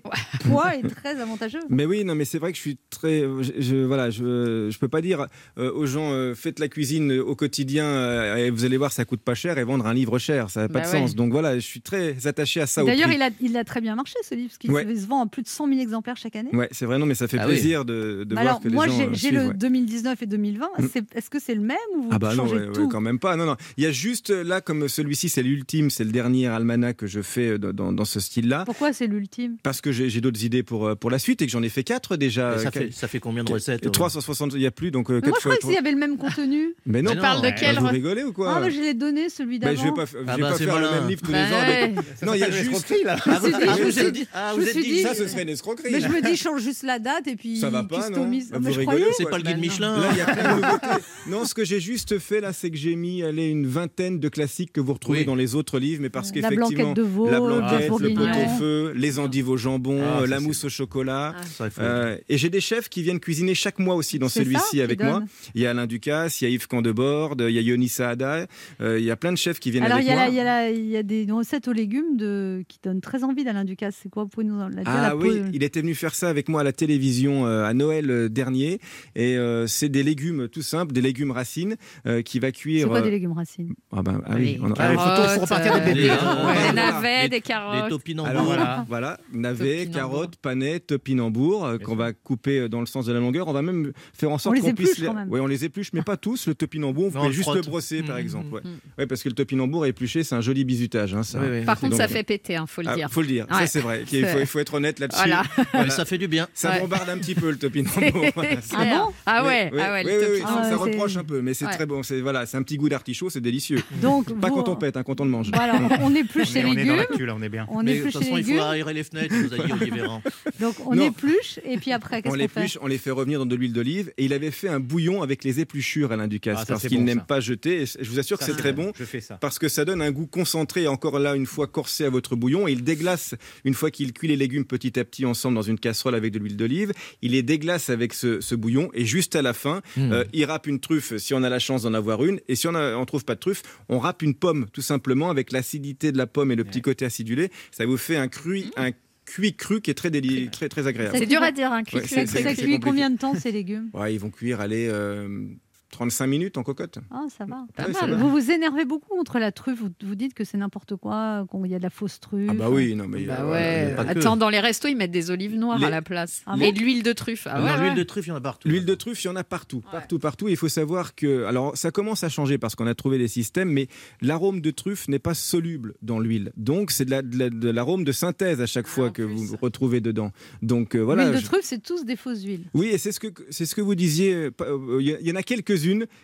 Speaker 3: qualité-poids est très avantageux.
Speaker 11: Mais oui, non, mais c'est vrai que je suis très. Je, je- voilà, je, je peux pas dire euh, aux gens euh, faites la cuisine euh, au quotidien euh, et vous allez voir, ça coûte pas cher et vendre un livre cher, ça n'a pas
Speaker 3: Bah
Speaker 11: de
Speaker 3: ouais.
Speaker 11: sens. Donc voilà, je suis très attaché à ça. au
Speaker 3: D'ailleurs,
Speaker 11: prix.
Speaker 3: il a, il a très bien marché ce livre, parce qu'il
Speaker 11: Ouais.
Speaker 3: se vend à plus de 100 000 exemplaires chaque année.
Speaker 11: Ouais, c'est vrai, non, mais ça fait
Speaker 13: Ah oui.
Speaker 11: plaisir de, de
Speaker 3: Bah
Speaker 11: voir
Speaker 3: alors,
Speaker 11: que les
Speaker 3: moi,
Speaker 11: gens.
Speaker 3: j'ai-
Speaker 11: euh,
Speaker 3: j'ai
Speaker 11: suivent,
Speaker 3: le
Speaker 11: ouais.
Speaker 3: 2019 et 2020.
Speaker 11: Mm.
Speaker 3: C'est- Est-ce que c'est le même ou vous
Speaker 11: Ah bah non,
Speaker 3: changez
Speaker 11: ouais, ouais,
Speaker 3: tout
Speaker 11: quand même pas. Non, non. Il y a juste euh, là, comme celui-ci, c'est l'ultime, c'est le dernier almanach que je fais euh, dans, dans- dans ce style-là.
Speaker 3: Pourquoi c'est l'ultime
Speaker 11: Parce que j'ai j'ai d'autres idées pour, euh, pour la suite et que j'en ai fait quatre déjà.
Speaker 6: Et ça
Speaker 11: Euh,
Speaker 6: fait-
Speaker 11: quatre-
Speaker 6: ça fait combien de recettes, euh
Speaker 11: 360, il n'y a plus, donc
Speaker 3: Mais
Speaker 11: 4
Speaker 3: moi, je
Speaker 11: fois.
Speaker 3: croyais qu'il y avait le même contenu.
Speaker 11: Mais non,
Speaker 6: Tu parles de quel
Speaker 11: Vous
Speaker 6: re-
Speaker 11: rigolez ou quoi
Speaker 3: Ah, mais je l'ai donné, celui
Speaker 11: Bah,
Speaker 3: d'avant.
Speaker 11: je vais pas, f- je vais
Speaker 6: Ah bah,
Speaker 11: pas
Speaker 6: c'est
Speaker 11: faire le
Speaker 6: malin.
Speaker 11: même livre tous
Speaker 3: Bah
Speaker 11: les ans. avec-
Speaker 3: ouais.
Speaker 11: Non, il y a
Speaker 6: s'appelle
Speaker 11: juste.
Speaker 6: l'escroquerie, là. Ah, vous- ah,
Speaker 3: Je me
Speaker 6: vous
Speaker 3: suis
Speaker 6: êtes
Speaker 3: dit-
Speaker 6: dit- ah,
Speaker 3: je
Speaker 6: vous
Speaker 3: me
Speaker 6: êtes
Speaker 3: suis
Speaker 6: dit-
Speaker 3: dit-
Speaker 11: Ça, ce serait une escroquerie. hein.
Speaker 3: Mais je me dis, change juste la date et puis
Speaker 11: Ça va pas, non
Speaker 3: customise.
Speaker 11: Bah,
Speaker 3: mais
Speaker 11: Vous
Speaker 3: je
Speaker 11: rigolez
Speaker 3: croyais.
Speaker 6: C'est pas le guide
Speaker 11: Bah, non.
Speaker 6: Michelin.
Speaker 11: Là, il y a plein de nouveautés. Non, ce que j'ai juste fait là, c'est que j'ai mis allez, une vingtaine de classiques que vous retrouvez dans les autres livres, mais parce
Speaker 3: La
Speaker 11: qu'effectivement,
Speaker 3: blanquette de veau,
Speaker 11: la
Speaker 3: le
Speaker 11: blanquette, le
Speaker 3: bourguignon.
Speaker 11: pot-au-feu, les endives au jambon,
Speaker 6: Ah,
Speaker 11: euh,
Speaker 6: ça,
Speaker 11: la
Speaker 6: c'est-
Speaker 11: mousse au chocolat.
Speaker 6: hein. Ça, il faut-
Speaker 11: Euh, et j'ai des chefs qui viennent cuisiner chaque mois aussi dans
Speaker 6: C'est ça,
Speaker 11: celui-ci
Speaker 6: qui
Speaker 11: avec
Speaker 6: donne.
Speaker 11: moi. Il y a Alain Ducasse, il y a Yves Candeborde, il y a Yoni Saada, euh, il y a plein de chefs qui viennent
Speaker 3: Alors, il
Speaker 11: avec
Speaker 3: y, a
Speaker 11: moi.
Speaker 3: la- il y a la- il y a des recettes aux légumes de... qui donnent très envie d'Alain Ducasse. C'est quoi Vous pouvez nous en- la dire
Speaker 11: Ah
Speaker 3: la
Speaker 11: oui,
Speaker 3: peau-
Speaker 11: il était venu faire ça avec moi à la télévision euh, à Noël euh, dernier. Et euh, c'est des légumes tout simples, des légumes racines euh, qui va
Speaker 3: C'est
Speaker 11: cuire.
Speaker 3: quoi des
Speaker 11: euh,
Speaker 3: légumes racines
Speaker 11: ah ben, ah oui, on a-
Speaker 6: Ah, les photos, il faut repartir de bébé,
Speaker 11: les-
Speaker 6: hein.
Speaker 11: Ouais.
Speaker 5: Des navets, des carottes.
Speaker 6: les topinambours.
Speaker 11: Alors
Speaker 6: Voilà.
Speaker 11: voilà, voilà, navets, carottes, panais, topinambours euh, qu'on va couper euh, dans le sens de la longueur. On va même faire en
Speaker 6: On
Speaker 11: sorte
Speaker 6: les
Speaker 11: qu'on puisse.
Speaker 6: épluche, quand même.
Speaker 11: Oui, on les épluche, mais pas tous. Le topinambour, on
Speaker 6: Non, on
Speaker 11: peut
Speaker 6: le
Speaker 11: juste le
Speaker 6: frotte.
Speaker 11: brosser,
Speaker 3: Mmh,
Speaker 11: par exemple. Ouais. Ouais, parce que le topinambour épluché, c'est un joli bizutage. hein, ça.
Speaker 5: Par contre,
Speaker 11: Donc,
Speaker 5: ça fait péter, hein, faut le
Speaker 11: ah,
Speaker 5: dire.
Speaker 11: Faut le dire,
Speaker 5: Ouais.
Speaker 11: ça c'est vrai. Il faut, il faut être honnête là-dessus.
Speaker 5: Voilà.
Speaker 6: Mais ça fait du bien.
Speaker 11: Ça
Speaker 5: Ouais.
Speaker 11: bombarde un petit peu le topinambour. Voilà, c'est-
Speaker 5: Ah bon Ah ouais,
Speaker 11: Oui,
Speaker 5: ah ouais,
Speaker 11: oui,
Speaker 5: le
Speaker 11: oui, oui,
Speaker 5: topinambour.
Speaker 11: ça,
Speaker 5: Ah
Speaker 11: ça
Speaker 5: ouais, c'est-
Speaker 11: reproche un peu, mais c'est
Speaker 5: Ouais.
Speaker 11: très bon. C'est voilà, c'est un petit goût d'artichaut, c'est délicieux.
Speaker 3: Donc,
Speaker 11: pas
Speaker 3: vous-
Speaker 11: quand on pète, hein, quand on le mange.
Speaker 3: Voilà, on épluche
Speaker 11: On
Speaker 3: les
Speaker 11: est- on est dans
Speaker 3: légumes.
Speaker 11: la queue, là, on est bien.
Speaker 3: On
Speaker 11: Mais,
Speaker 6: de toute
Speaker 3: épluche les
Speaker 6: façon, il faut
Speaker 3: légumes.
Speaker 6: aérer les fenêtres, vous avez dit, Olivier Véran.
Speaker 3: Donc, on
Speaker 11: Non.
Speaker 3: épluche et puis après,
Speaker 11: on
Speaker 3: qu'est-ce qu'on fait
Speaker 11: l'épluche, on les fait revenir dans de l'huile d'olive et il avait fait un bouillon avec les épluchures Alain Ducasse
Speaker 4: Ah, ça,
Speaker 11: parce
Speaker 4: c'est
Speaker 11: qu'il
Speaker 4: bon,
Speaker 11: n'aime
Speaker 4: ça.
Speaker 11: pas jeter. Et c- je vous assure
Speaker 4: Ça,
Speaker 11: que c'est
Speaker 4: c'est
Speaker 11: très
Speaker 4: bon.
Speaker 11: bon.
Speaker 4: Je fais ça.
Speaker 11: Parce que ça donne un goût concentré, encore là, une fois corsé à votre bouillon. Et il déglace, une fois qu'il cuit les légumes petit à petit ensemble dans une casserole avec de l'huile d'olive, il les déglace avec ce, ce bouillon. Et juste à la fin,
Speaker 13: Mm.
Speaker 11: euh, il râpe une truffe si on a la chance d'en avoir une. Et si on ne trouve pas de truffe, on râpe une pomme, tout simplement, avec l'acidité de la pomme et le petit côté acidulé. Ça vous fait un, cru, un cuit cru qui est très, déli- très, très agréable.
Speaker 3: Ça cuit-
Speaker 11: Ouais,
Speaker 3: Ça
Speaker 11: c'est- c'est-
Speaker 3: ça
Speaker 11: c'est
Speaker 3: cuit
Speaker 11: compliqué.
Speaker 3: combien de temps ces légumes
Speaker 11: Ouais, ils vont cuire, allez, euh, 35 minutes en cocotte.
Speaker 3: Ah, ça va.
Speaker 11: Pas
Speaker 3: Pas
Speaker 11: mal.
Speaker 3: mal.
Speaker 11: ça va.
Speaker 3: Vous vous énervez beaucoup contre la truffe. Vous, vous dites que c'est n'importe quoi, qu'il y a de la fausse truffe.
Speaker 11: Ah bah oui, non mais...
Speaker 5: Bah
Speaker 11: euh, voilà,
Speaker 5: ouais.
Speaker 11: il y a pas que-
Speaker 5: Attends, dans les restos, ils mettent des olives noires
Speaker 11: Les-
Speaker 5: à la place.
Speaker 11: Ah
Speaker 5: Et
Speaker 11: bon
Speaker 5: de l'huile de truffe. Ah ouais, ouais.
Speaker 6: truffe, il y en a partout.
Speaker 11: L'huile de truffe, il y en a partout, partout, partout. Il faut savoir que, alors, ça commence à changer parce qu'on a trouvé les systèmes, mais l'arôme de truffe n'est pas soluble dans l'huile. Donc, c'est de la- de la- de l'arôme de, synthèse à chaque fois que vous retrouvez dedans. Donc euh, voilà.
Speaker 3: Ah, L'huile de
Speaker 11: je-
Speaker 3: truffe, c'est tous des fausses huiles.
Speaker 11: Oui, et c'est ce que c'est ce que vous disiez. euh, pas- euh, Il y a- il y en a quelques-unes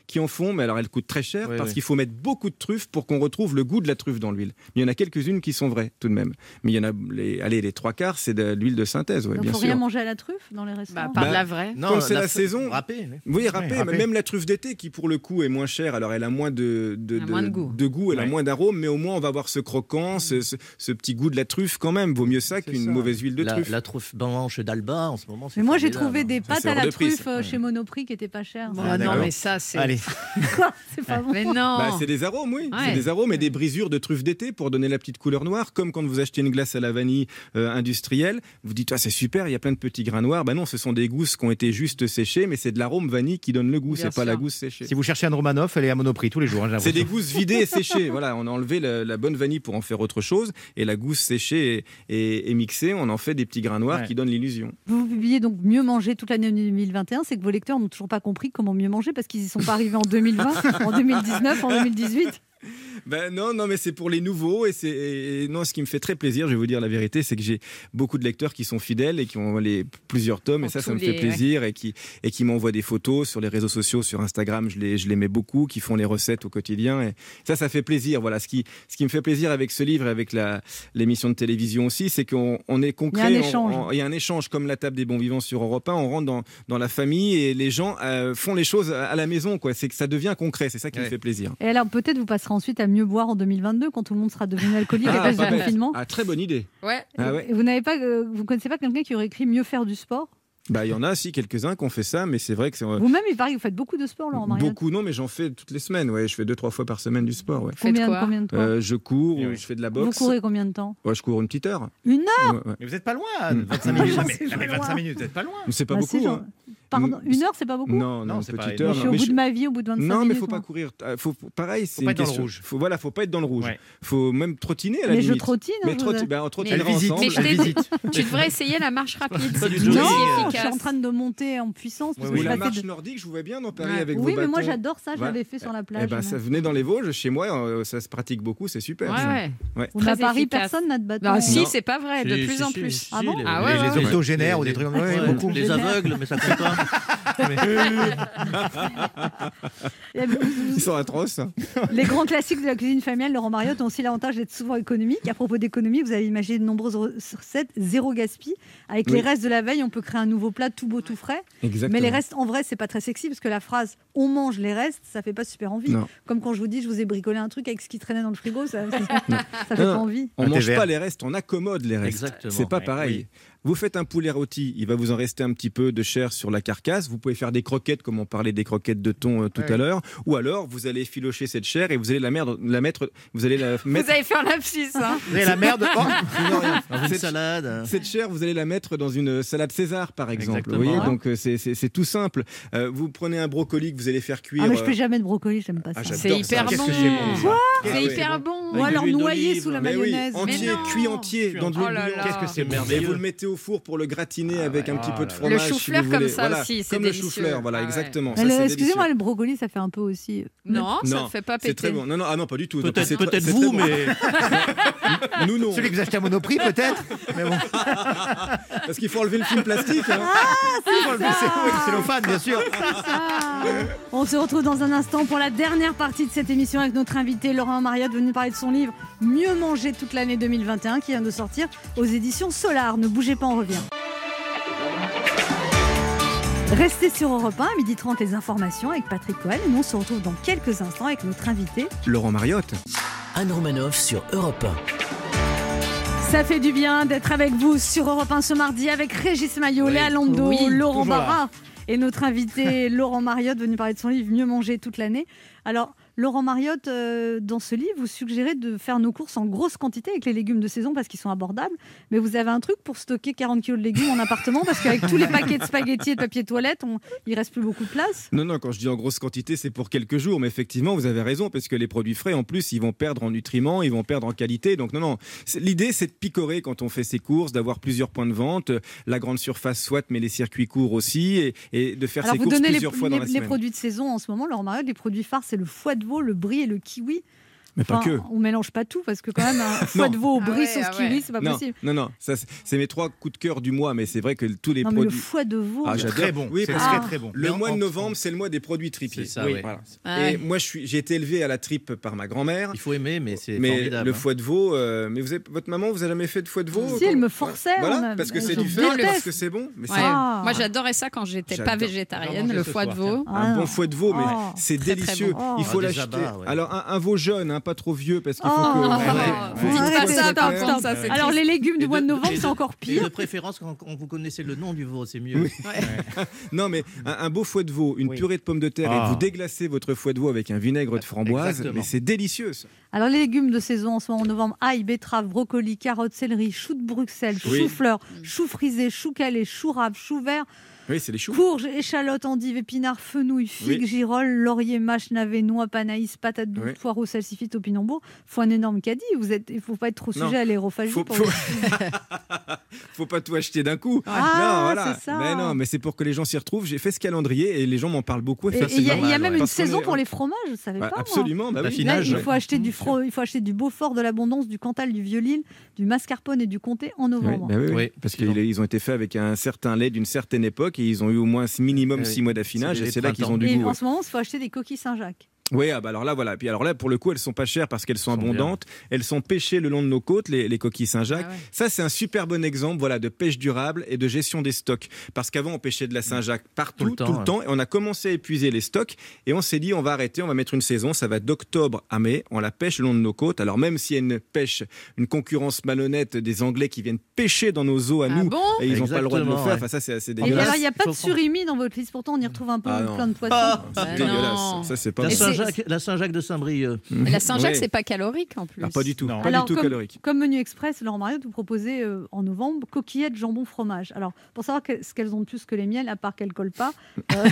Speaker 11: qui en font, mais alors elles coûtent très cher parce
Speaker 6: oui.
Speaker 11: qu'il faut mettre beaucoup de truffes pour qu'on retrouve le goût de la truffe dans l'huile. Mais Il y en a quelques-unes qui sont vraies tout de même. Mais il y en a les, allez, les trois quarts, c'est de l'huile de synthèse, ouais,
Speaker 3: Donc,
Speaker 11: bien
Speaker 3: faut
Speaker 11: sûr.
Speaker 3: rien manger à la truffe dans les restaurants.
Speaker 11: Bah, Comme c'est la, saison.
Speaker 6: râpée, oui.
Speaker 11: Oui, râpée,
Speaker 6: Oui,
Speaker 11: mais
Speaker 6: râpée.
Speaker 11: même la truffe d'été qui, pour le coup, est moins chère. Alors, elle a moins de, de,
Speaker 6: Elle a moins de goût. Mm.
Speaker 11: elle a
Speaker 6: Ouais.
Speaker 11: moins d'arôme, mais au moins, on va avoir ce croquant, ce, ce- ce petit goût de la truffe quand même. Vaut mieux ça qu'une mauvaise huile de
Speaker 6: La-
Speaker 11: truffe.
Speaker 6: La truffe blanche d'Alba, en ce moment, c'est
Speaker 3: Mais moi, j'ai
Speaker 6: formidable.
Speaker 3: trouvé des
Speaker 11: Ça,
Speaker 3: pâtes
Speaker 11: c'est
Speaker 3: à
Speaker 11: hors
Speaker 3: la
Speaker 11: de prix,
Speaker 3: truffe
Speaker 11: ça.
Speaker 3: euh,
Speaker 11: Ouais.
Speaker 3: chez Monoprix qui étaient pas chères.
Speaker 11: Ah,
Speaker 5: non,
Speaker 11: d'accord.
Speaker 5: mais ça, c'est- Allez.
Speaker 3: c'est pas bon.
Speaker 5: Mais
Speaker 6: Oh.
Speaker 5: non.
Speaker 11: Bah, c'est des arômes, oui.
Speaker 5: Ouais.
Speaker 11: C'est des arômes et des brisures de truffe d'été pour donner la petite couleur noire, comme quand vous achetez une glace à la vanille euh, industrielle. Vous dites, ah, c'est super, il y a plein de petits grains noirs. Bah non, ce sont des gousses qui ont été juste séchées, mais c'est de l'arôme vanille qui donne le goût,
Speaker 4: Bien
Speaker 11: c'est pas la
Speaker 4: sûr.
Speaker 11: gousse séchée.
Speaker 4: Si vous cherchez Anne Romanoff, elle est à Monoprix tous les jours. hein, j'ai
Speaker 11: C'est des
Speaker 4: l'impression.
Speaker 11: gousses vidées et séchées. Voilà, on a enlevé la, la bonne vanille pour en faire autre chose, et la gousse séchée et, et- et mixée, on en fait des petits grains noirs qui donnent l'illusion.
Speaker 3: Vous publiez donc Mieux manger toute l'année 2021, c'est que vos lecteurs n'ont toujours pas compris comment mieux manger parce qu'ils y sont pas arrivés en 2020, en 2019, en 2018.
Speaker 11: Ben non, non, mais c'est pour les nouveaux et c'est et- et non, ce qui me fait très plaisir, je vais vous dire la vérité, c'est que j'ai beaucoup de lecteurs qui sont fidèles et qui ont les plusieurs tomes et ça, ça
Speaker 13: tous
Speaker 11: me
Speaker 13: les-
Speaker 11: fait plaisir et qui et qui m'envoient des photos sur les réseaux sociaux, sur Instagram, je les je les mets beaucoup, qui font les recettes au quotidien et ça, ça fait plaisir. Voilà, ce qui ce qui me fait plaisir avec ce livre et avec la l'émission de télévision aussi, c'est qu'on on est concret,
Speaker 13: Il y a un
Speaker 11: on-
Speaker 13: échange.
Speaker 11: on- il y a un échange comme la table des bons vivants sur Europe 1, on rentre dans dans la famille et les gens euh, font les choses à à la maison quoi. C'est que ça devient concret, c'est ça qui me fait plaisir.
Speaker 3: Et alors, peut-être vous passerez ensuite à mieux boire en 2022 quand tout le monde sera devenu alcoolique à
Speaker 11: Ah,
Speaker 3: cause
Speaker 11: pas
Speaker 3: du
Speaker 11: bête.
Speaker 3: confinement.
Speaker 11: Ah, très bonne idée.
Speaker 5: Ouais.
Speaker 11: Ah ouais.
Speaker 3: Et Vous n'avez pas, euh, vous connaissez pas quelqu'un qui aurait écrit mieux faire du sport
Speaker 11: Bah, il y en a, si, quelques-uns qui ont fait ça, mais c'est vrai que c'est. euh,
Speaker 3: Vous-même, il paraît que vous faites beaucoup de sport, Laurent Marianne.
Speaker 11: Beaucoup, non, mais j'en fais toutes les semaines. Ouais, je fais deux, trois fois par semaine du sport. Ouais.
Speaker 3: Faites Combien- quoi combien de fois
Speaker 11: Euh, Je cours, ou je fais de la
Speaker 3: Vous
Speaker 11: boxe.
Speaker 3: courez combien de temps
Speaker 11: Ouais, je cours une petite heure.
Speaker 3: Une heure
Speaker 11: Mais vous n'êtes pas loin,
Speaker 4: 25 minutes. Hmm. Non, mais- non, mais 25 minutes, vous êtes pas loin.
Speaker 11: C'est pas
Speaker 3: Bah,
Speaker 11: beaucoup.
Speaker 3: si, j'en-
Speaker 11: hein.
Speaker 3: Pardon, une heure, c'est pas beaucoup
Speaker 11: Non, non,
Speaker 4: c'est pas
Speaker 11: petite
Speaker 4: énorme.
Speaker 11: heure.
Speaker 3: Je suis
Speaker 11: non,
Speaker 3: au
Speaker 11: mais
Speaker 3: bout
Speaker 11: je-
Speaker 3: de ma vie, au bout de 25
Speaker 11: non, mais
Speaker 3: minutes, hein.
Speaker 11: faut pas
Speaker 3: moi.
Speaker 11: courir. Euh, Faut, pareil, c'est une
Speaker 4: pas être dans le
Speaker 11: question-
Speaker 4: rouge.
Speaker 11: Faut, voilà, faut pas être dans le rouge. Faut même trottiner à la
Speaker 3: Mais je
Speaker 11: limite.
Speaker 3: trottine, hein,
Speaker 11: Mais
Speaker 3: je
Speaker 11: trotti-
Speaker 3: vous-
Speaker 11: bah, on
Speaker 3: Mais-
Speaker 11: trottinera
Speaker 4: Elle visite,
Speaker 11: ensemble.
Speaker 4: elle visite.
Speaker 5: Tu devrais essayer la marche rapide.
Speaker 11: Pas du
Speaker 5: c'est hein. tout
Speaker 11: jogging.
Speaker 5: aussi
Speaker 11: Non,
Speaker 3: Je suis
Speaker 5: efficace.
Speaker 3: en train de monter en puissance. parce
Speaker 11: Oui,
Speaker 3: que
Speaker 11: oui.
Speaker 3: je
Speaker 11: la
Speaker 3: suis passée
Speaker 11: marche
Speaker 3: de-
Speaker 11: nordique, je vous vois bien dans Paris avec vos
Speaker 3: Oui, mais moi
Speaker 11: bâtons.
Speaker 3: j'adore ça, je
Speaker 11: Voilà.
Speaker 3: l'avais fait sur la plage.
Speaker 11: Eh ben, ça venait dans les Vosges, chez moi, euh, ça se pratique beaucoup, c'est super.
Speaker 3: Ouais,
Speaker 11: ça.
Speaker 3: ouais.
Speaker 11: Ouais.
Speaker 3: On a
Speaker 5: Très
Speaker 3: Paris,
Speaker 5: efficace.
Speaker 3: personne n'a de bâton.
Speaker 5: Bah, si,
Speaker 11: Non.
Speaker 5: c'est pas vrai, de
Speaker 11: Si,
Speaker 5: plus
Speaker 11: si,
Speaker 5: en
Speaker 11: si,
Speaker 5: plus.
Speaker 11: si,
Speaker 5: ah
Speaker 11: si,
Speaker 5: bon
Speaker 11: les-
Speaker 5: Ah ouais,
Speaker 4: les
Speaker 5: ouais, ouais.
Speaker 4: octogénaires ou des trucs comme ça.
Speaker 6: Ouais,
Speaker 4: beaucoup.
Speaker 6: Les aveugles, mais ça compte pas.
Speaker 11: Ils sont atroces. hein.
Speaker 3: Les grands classiques de la cuisine familiale, Laurent Mariotte, ont aussi l'avantage d'être souvent économiques. À propos d'économie, vous avez imaginé de nombreuses re- recettes, zéro gaspille. Avec les
Speaker 11: Oui.
Speaker 3: restes de la veille, on peut créer un nouveau plat tout beau, tout frais.
Speaker 11: Exactement.
Speaker 3: Mais les restes, en vrai, c'est pas très sexy parce que la phrase on mange les restes, ça fait pas super envie.
Speaker 11: Non.
Speaker 3: Comme quand je vous dis, je vous ai bricolé un truc avec ce qui traînait dans le frigo, ça, ça, ça fait
Speaker 11: Non,
Speaker 3: pas
Speaker 11: non,
Speaker 3: envie.
Speaker 11: On
Speaker 4: Un thé
Speaker 11: mange
Speaker 4: vert.
Speaker 11: pas les restes, on accommode les restes.
Speaker 4: Exactement.
Speaker 11: C'est pas
Speaker 4: Ouais,
Speaker 11: pareil.
Speaker 4: oui.
Speaker 11: Vous faites un poulet rôti, il va vous en rester un petit peu de chair sur la carcasse. Vous pouvez faire des croquettes, comme on parlait des croquettes de thon euh, tout
Speaker 4: Ouais.
Speaker 11: à l'heure, ou alors vous allez filocher cette chair et vous allez la, merde, la mettre. Vous allez la
Speaker 5: Vous
Speaker 11: mettre. Ah,
Speaker 5: avez fait un lapsus, hein
Speaker 4: Et la merde. oh,
Speaker 11: Non, rien.
Speaker 6: Dans une
Speaker 11: Cette-
Speaker 6: salade.
Speaker 11: Cette chair, vous allez la mettre dans une euh, salade César, par exemple.
Speaker 6: Exactement.
Speaker 11: Vous voyez,
Speaker 6: Ouais.
Speaker 11: donc euh, c'est- c'est c'est tout simple. Euh, vous prenez un brocoli que vous allez faire cuire.
Speaker 3: Ah, mais je
Speaker 11: euh,
Speaker 3: fais jamais de brocoli, j'aime pas ça.
Speaker 11: ah, j'adore
Speaker 5: C'est
Speaker 11: ça.
Speaker 5: hyper
Speaker 11: Qu'est-ce
Speaker 5: bon.
Speaker 11: que c'est bon, ça.
Speaker 5: Quoi
Speaker 11: Ah
Speaker 5: C'est
Speaker 11: ouais.
Speaker 5: hyper bon.
Speaker 3: Ou alors
Speaker 6: de l'huile
Speaker 3: noyé
Speaker 6: d'olive.
Speaker 3: sous la
Speaker 11: Mais oui,
Speaker 3: mayonnaise.
Speaker 11: entier,
Speaker 5: non.
Speaker 11: cuit entier dans de
Speaker 5: Oh
Speaker 11: l'huile
Speaker 5: là
Speaker 11: bouillante.
Speaker 5: là.
Speaker 4: Qu'est-ce que c'est
Speaker 11: Et
Speaker 4: merveilleux.
Speaker 11: vous le mettez au four pour le gratiner avec un petit
Speaker 4: Ah
Speaker 11: peu de
Speaker 4: là là.
Speaker 11: fromage.
Speaker 5: Le
Speaker 11: si vous
Speaker 5: chou-fleur comme
Speaker 11: voulez.
Speaker 5: ça
Speaker 11: Voilà,
Speaker 5: aussi, c'est
Speaker 11: Comme le
Speaker 5: délicieux.
Speaker 11: chou-fleur, voilà,
Speaker 5: Ah ouais.
Speaker 11: exactement.
Speaker 3: Mais
Speaker 11: Ça,
Speaker 3: le-
Speaker 11: c'est
Speaker 3: Euh, Excusez-moi,
Speaker 11: délicieux.
Speaker 3: le brocoli, ça fait un peu aussi.
Speaker 5: Non, ça
Speaker 11: Non,
Speaker 5: te fait pas péter.
Speaker 11: C'est très bon. Non, non, ah non, pas du tout. Non,
Speaker 6: Peut-être
Speaker 11: c'est très-
Speaker 6: peut-être
Speaker 11: c'est très
Speaker 6: vous,
Speaker 11: bon.
Speaker 6: mais
Speaker 11: Nous, non.
Speaker 4: Celui que vous achetez à Monoprix, peut-être Mais bon,
Speaker 11: Parce qu'il faut enlever le film plastique. hein.
Speaker 4: c'est le fan, bien sûr.
Speaker 3: On se retrouve dans un instant pour la dernière partie de cette émission avec notre invité Laurent Mariotte venu parler de son livre Mieux manger toute l'année 2021 qui vient de sortir aux éditions Solar. Ne bougez pas, on revient. Restez sur Europe 1, à midi 30 les informations avec Patrick Cohen et nous on se retrouve dans quelques instants avec notre invité.
Speaker 11: Laurent Mariotte.
Speaker 2: Anne Romanoff sur Europe 1.
Speaker 3: Ça fait du bien d'être avec vous sur Europe 1 ce mardi avec Régis Maillot, Léa Lando,
Speaker 5: Oui,
Speaker 3: Laurent
Speaker 4: toujours
Speaker 3: Barra et notre invité Laurent Mariotte venu parler de son livre Mieux manger toute l'année. Alors Laurent Mariotte, euh, dans ce livre, vous suggérez de faire nos courses en grosse quantité avec les légumes de saison parce qu'ils sont abordables. Mais vous avez un truc pour stocker 40 kilos de légumes en appartement parce qu'avec tous les paquets de spaghettis et de papier toilette, on... il reste plus beaucoup de place.
Speaker 11: Non, non, quand je dis en grosse quantité, c'est pour quelques jours. Mais effectivement, vous avez raison, parce que les produits frais, en plus, ils vont perdre en nutriments, ils vont perdre en qualité. Donc, non, non. C'est- L'idée, c'est de picorer quand on fait ses courses, d'avoir plusieurs points de vente. La grande surface, soit, mais les circuits courts aussi. Et, et de faire
Speaker 3: Alors
Speaker 11: ses
Speaker 3: vous
Speaker 11: courses
Speaker 3: donnez les,
Speaker 11: plusieurs fois dans
Speaker 3: les-
Speaker 11: la
Speaker 3: les
Speaker 11: semaine.
Speaker 3: produits de saison en ce moment, Laurent Mariotte, les produits phares, c'est le foie de veau, le brie et le kiwi.
Speaker 11: Mais pas
Speaker 3: Enfin,
Speaker 11: que.
Speaker 3: On mélange pas tout parce que quand même un foie
Speaker 11: Non.
Speaker 3: de veau au
Speaker 5: Ah
Speaker 3: brie
Speaker 5: ouais,
Speaker 3: sauce
Speaker 5: ah ouais.
Speaker 3: kiwi, c'est pas
Speaker 11: Non,
Speaker 3: possible.
Speaker 11: non, non, ça, c'est- c'est mes trois coups de cœur du mois, mais c'est vrai que tous les
Speaker 3: non, mais le
Speaker 11: produits.
Speaker 3: foie de veau.
Speaker 11: Ah,
Speaker 4: C'est
Speaker 11: j'adore.
Speaker 4: très bon.
Speaker 11: Oui,
Speaker 4: c'est
Speaker 11: parce Ah.
Speaker 4: très
Speaker 3: que
Speaker 4: très bon.
Speaker 11: Le
Speaker 4: Mais
Speaker 11: mois
Speaker 4: en-
Speaker 11: de novembre, c'est le mois des produits tripiers.
Speaker 6: C'est ça, ouais.
Speaker 11: voilà.
Speaker 5: Ah ouais.
Speaker 11: Et moi, je suis- j'ai été élevé à la tripe par ma grand-mère.
Speaker 6: il faut aimer, mais c'est
Speaker 11: Mais
Speaker 6: formidable.
Speaker 11: le
Speaker 6: hein.
Speaker 11: foie de veau, euh, mais vous avez- votre maman vous a jamais fait de foie de veau
Speaker 3: Si, elle me
Speaker 11: Ouais.
Speaker 3: forçait,
Speaker 11: Voilà,
Speaker 3: on a-
Speaker 11: parce que
Speaker 3: elle
Speaker 11: c'est
Speaker 3: se
Speaker 11: du fer,
Speaker 3: déteste.
Speaker 11: parce que c'est bon. Mais
Speaker 5: Ouais.
Speaker 11: c'est
Speaker 3: Ah.
Speaker 5: Moi, j'adorais ça quand j'étais pas
Speaker 11: J'adore.
Speaker 4: J'en
Speaker 5: végétarienne,
Speaker 4: mangeais
Speaker 5: le
Speaker 4: ce
Speaker 5: foie de
Speaker 4: soir,
Speaker 5: veau.
Speaker 3: Ah,
Speaker 11: un
Speaker 3: non.
Speaker 11: bon fouet de veau, mais
Speaker 3: Oh.
Speaker 11: c'est
Speaker 5: Très, très
Speaker 11: délicieux.
Speaker 3: bon.
Speaker 11: Il
Speaker 6: Ah,
Speaker 11: faut
Speaker 6: des
Speaker 11: l'acheter.
Speaker 6: abats, ouais. Ah,
Speaker 11: Alors un, un veau jeune, hein, pas trop vieux, parce qu'il faut
Speaker 3: Oh.
Speaker 11: que.
Speaker 3: Ouais,
Speaker 11: faut que
Speaker 3: Arrêtez,
Speaker 11: le foie soit
Speaker 3: stop,
Speaker 11: clair.
Speaker 3: stop.
Speaker 5: Ça, c'est
Speaker 3: Alors les légumes
Speaker 6: Et
Speaker 3: du mois de
Speaker 6: de-
Speaker 3: novembre,
Speaker 6: et de-
Speaker 3: c'est encore
Speaker 6: Et de
Speaker 3: pire.
Speaker 6: préférence, quand quand vous connaissez le nom du veau, c'est mieux.
Speaker 11: Non, mais un, un beau fouet de veau, une
Speaker 4: Oui.
Speaker 11: purée de pommes de terre,
Speaker 4: Ah.
Speaker 11: et vous déglacez votre fouet de veau avec un vinaigre de framboise,
Speaker 6: Bah, Exactement.
Speaker 11: mais c'est délicieux. ça.
Speaker 3: Alors les légumes de saison en ce moment en novembre ail, betterave, brocoli, carottes, céleri, chou de Bruxelles,
Speaker 11: Oui.
Speaker 3: chou-fleur, chou frisé, chou calé, chou rave, chou vert.
Speaker 11: Oui, c'est les choux.
Speaker 3: Courge, échalote, endive, épinard, fenouil, figue,
Speaker 11: Oui.
Speaker 3: girole, laurier, mâche, navet, noix, panaïs, patate douce,
Speaker 11: Oui.
Speaker 3: poireau, salsifis, topinambour. Faut un énorme caddie. Vous êtes, il faut pas être trop
Speaker 11: Non.
Speaker 3: sujet à l'aérophagie.
Speaker 11: Faut-
Speaker 3: pour
Speaker 11: faut-
Speaker 3: le-
Speaker 11: Faut pas tout acheter d'un coup.
Speaker 3: Ah, c'est ça.
Speaker 11: Mais non, mais c'est pour que les gens s'y retrouvent. J'ai fait ce calendrier et les gens m'en parlent beaucoup.
Speaker 3: Et
Speaker 11: ça,
Speaker 3: et
Speaker 11: c'est
Speaker 3: il y a, il y a
Speaker 11: normal,
Speaker 3: même
Speaker 11: ouais.
Speaker 3: une
Speaker 11: Parce qu'on
Speaker 3: saison
Speaker 11: est-
Speaker 3: pour les fromages, je savais
Speaker 11: Bah,
Speaker 3: pas. hein. moi.
Speaker 11: absolument, bah oui.
Speaker 3: Là,
Speaker 11: Affinage,
Speaker 3: il
Speaker 11: ouais.
Speaker 3: faut acheter du fro- il faut acheter du Beaufort, de l'abondance, du Cantal, du Vieux-Lille, du Mascarpone et du Comté en
Speaker 11: Oui,
Speaker 3: novembre.
Speaker 11: bah oui, oui. parce qu'ils ont été faits avec un certain lait d'une certaine époque et ils ont eu au moins minimum
Speaker 4: Ah oui.
Speaker 11: 6 mois d'affinage
Speaker 4: C'est
Speaker 11: et
Speaker 4: des
Speaker 11: Eh c'est là qu'ils ont du
Speaker 3: Et
Speaker 11: goût.
Speaker 3: en
Speaker 11: ouais.
Speaker 3: ce moment, il faut acheter des coquilles Saint-Jacques.
Speaker 11: Oui, ah bah alors là, voilà. Puis alors là, pour le coup, elles sont pas chères parce qu'elles sont, abondantes. Elles sont pêchées le long de nos côtes, les, les coquilles Saint-Jacques. Ça, c'est un super bon exemple, voilà, de pêche durable et de gestion des stocks. Parce qu'avant, on pêchait de la Saint-Jacques partout, tout le, temps,
Speaker 4: ouais.
Speaker 11: et on a commencé à épuiser les stocks. Et on s'est dit, on va arrêter, on va mettre une saison. Ça va d'octobre à mai. On la pêche le long de nos côtes. Alors même s'il y a une pêche, une concurrence malhonnête des Anglais qui viennent pêcher dans nos eaux à nous,
Speaker 5: bon
Speaker 11: et ils n'ont pas le droit de le
Speaker 4: Exactement,
Speaker 11: faire.
Speaker 4: ouais.
Speaker 11: Enfin, ça, c'est assez
Speaker 3: Et
Speaker 11: dégueulasse.
Speaker 3: alors, il n'y a pas de surimi dans votre liste, pourtant on y retrouve un peu
Speaker 11: Ah non.
Speaker 3: plein de poissons.
Speaker 11: c'est
Speaker 5: Bah
Speaker 11: dégueulasse.
Speaker 5: non.
Speaker 11: Ça, c'est pas
Speaker 6: La
Speaker 11: bon.
Speaker 6: Saint-Jacques la Saint-Jacques de Saint-Brieuc.
Speaker 5: Mais la Saint-Jacques,
Speaker 11: Ouais.
Speaker 5: c'est pas calorique en plus.
Speaker 11: Ah, pas du tout, pas
Speaker 3: Alors,
Speaker 11: du tout
Speaker 3: comme,
Speaker 11: calorique.
Speaker 3: comme menu express, Laurent Mario vous proposait euh, en novembre coquillettes, jambon, fromage. Alors, pour savoir que- ce qu'elles ont de plus que les miels, à part qu'elles collent pas, euh,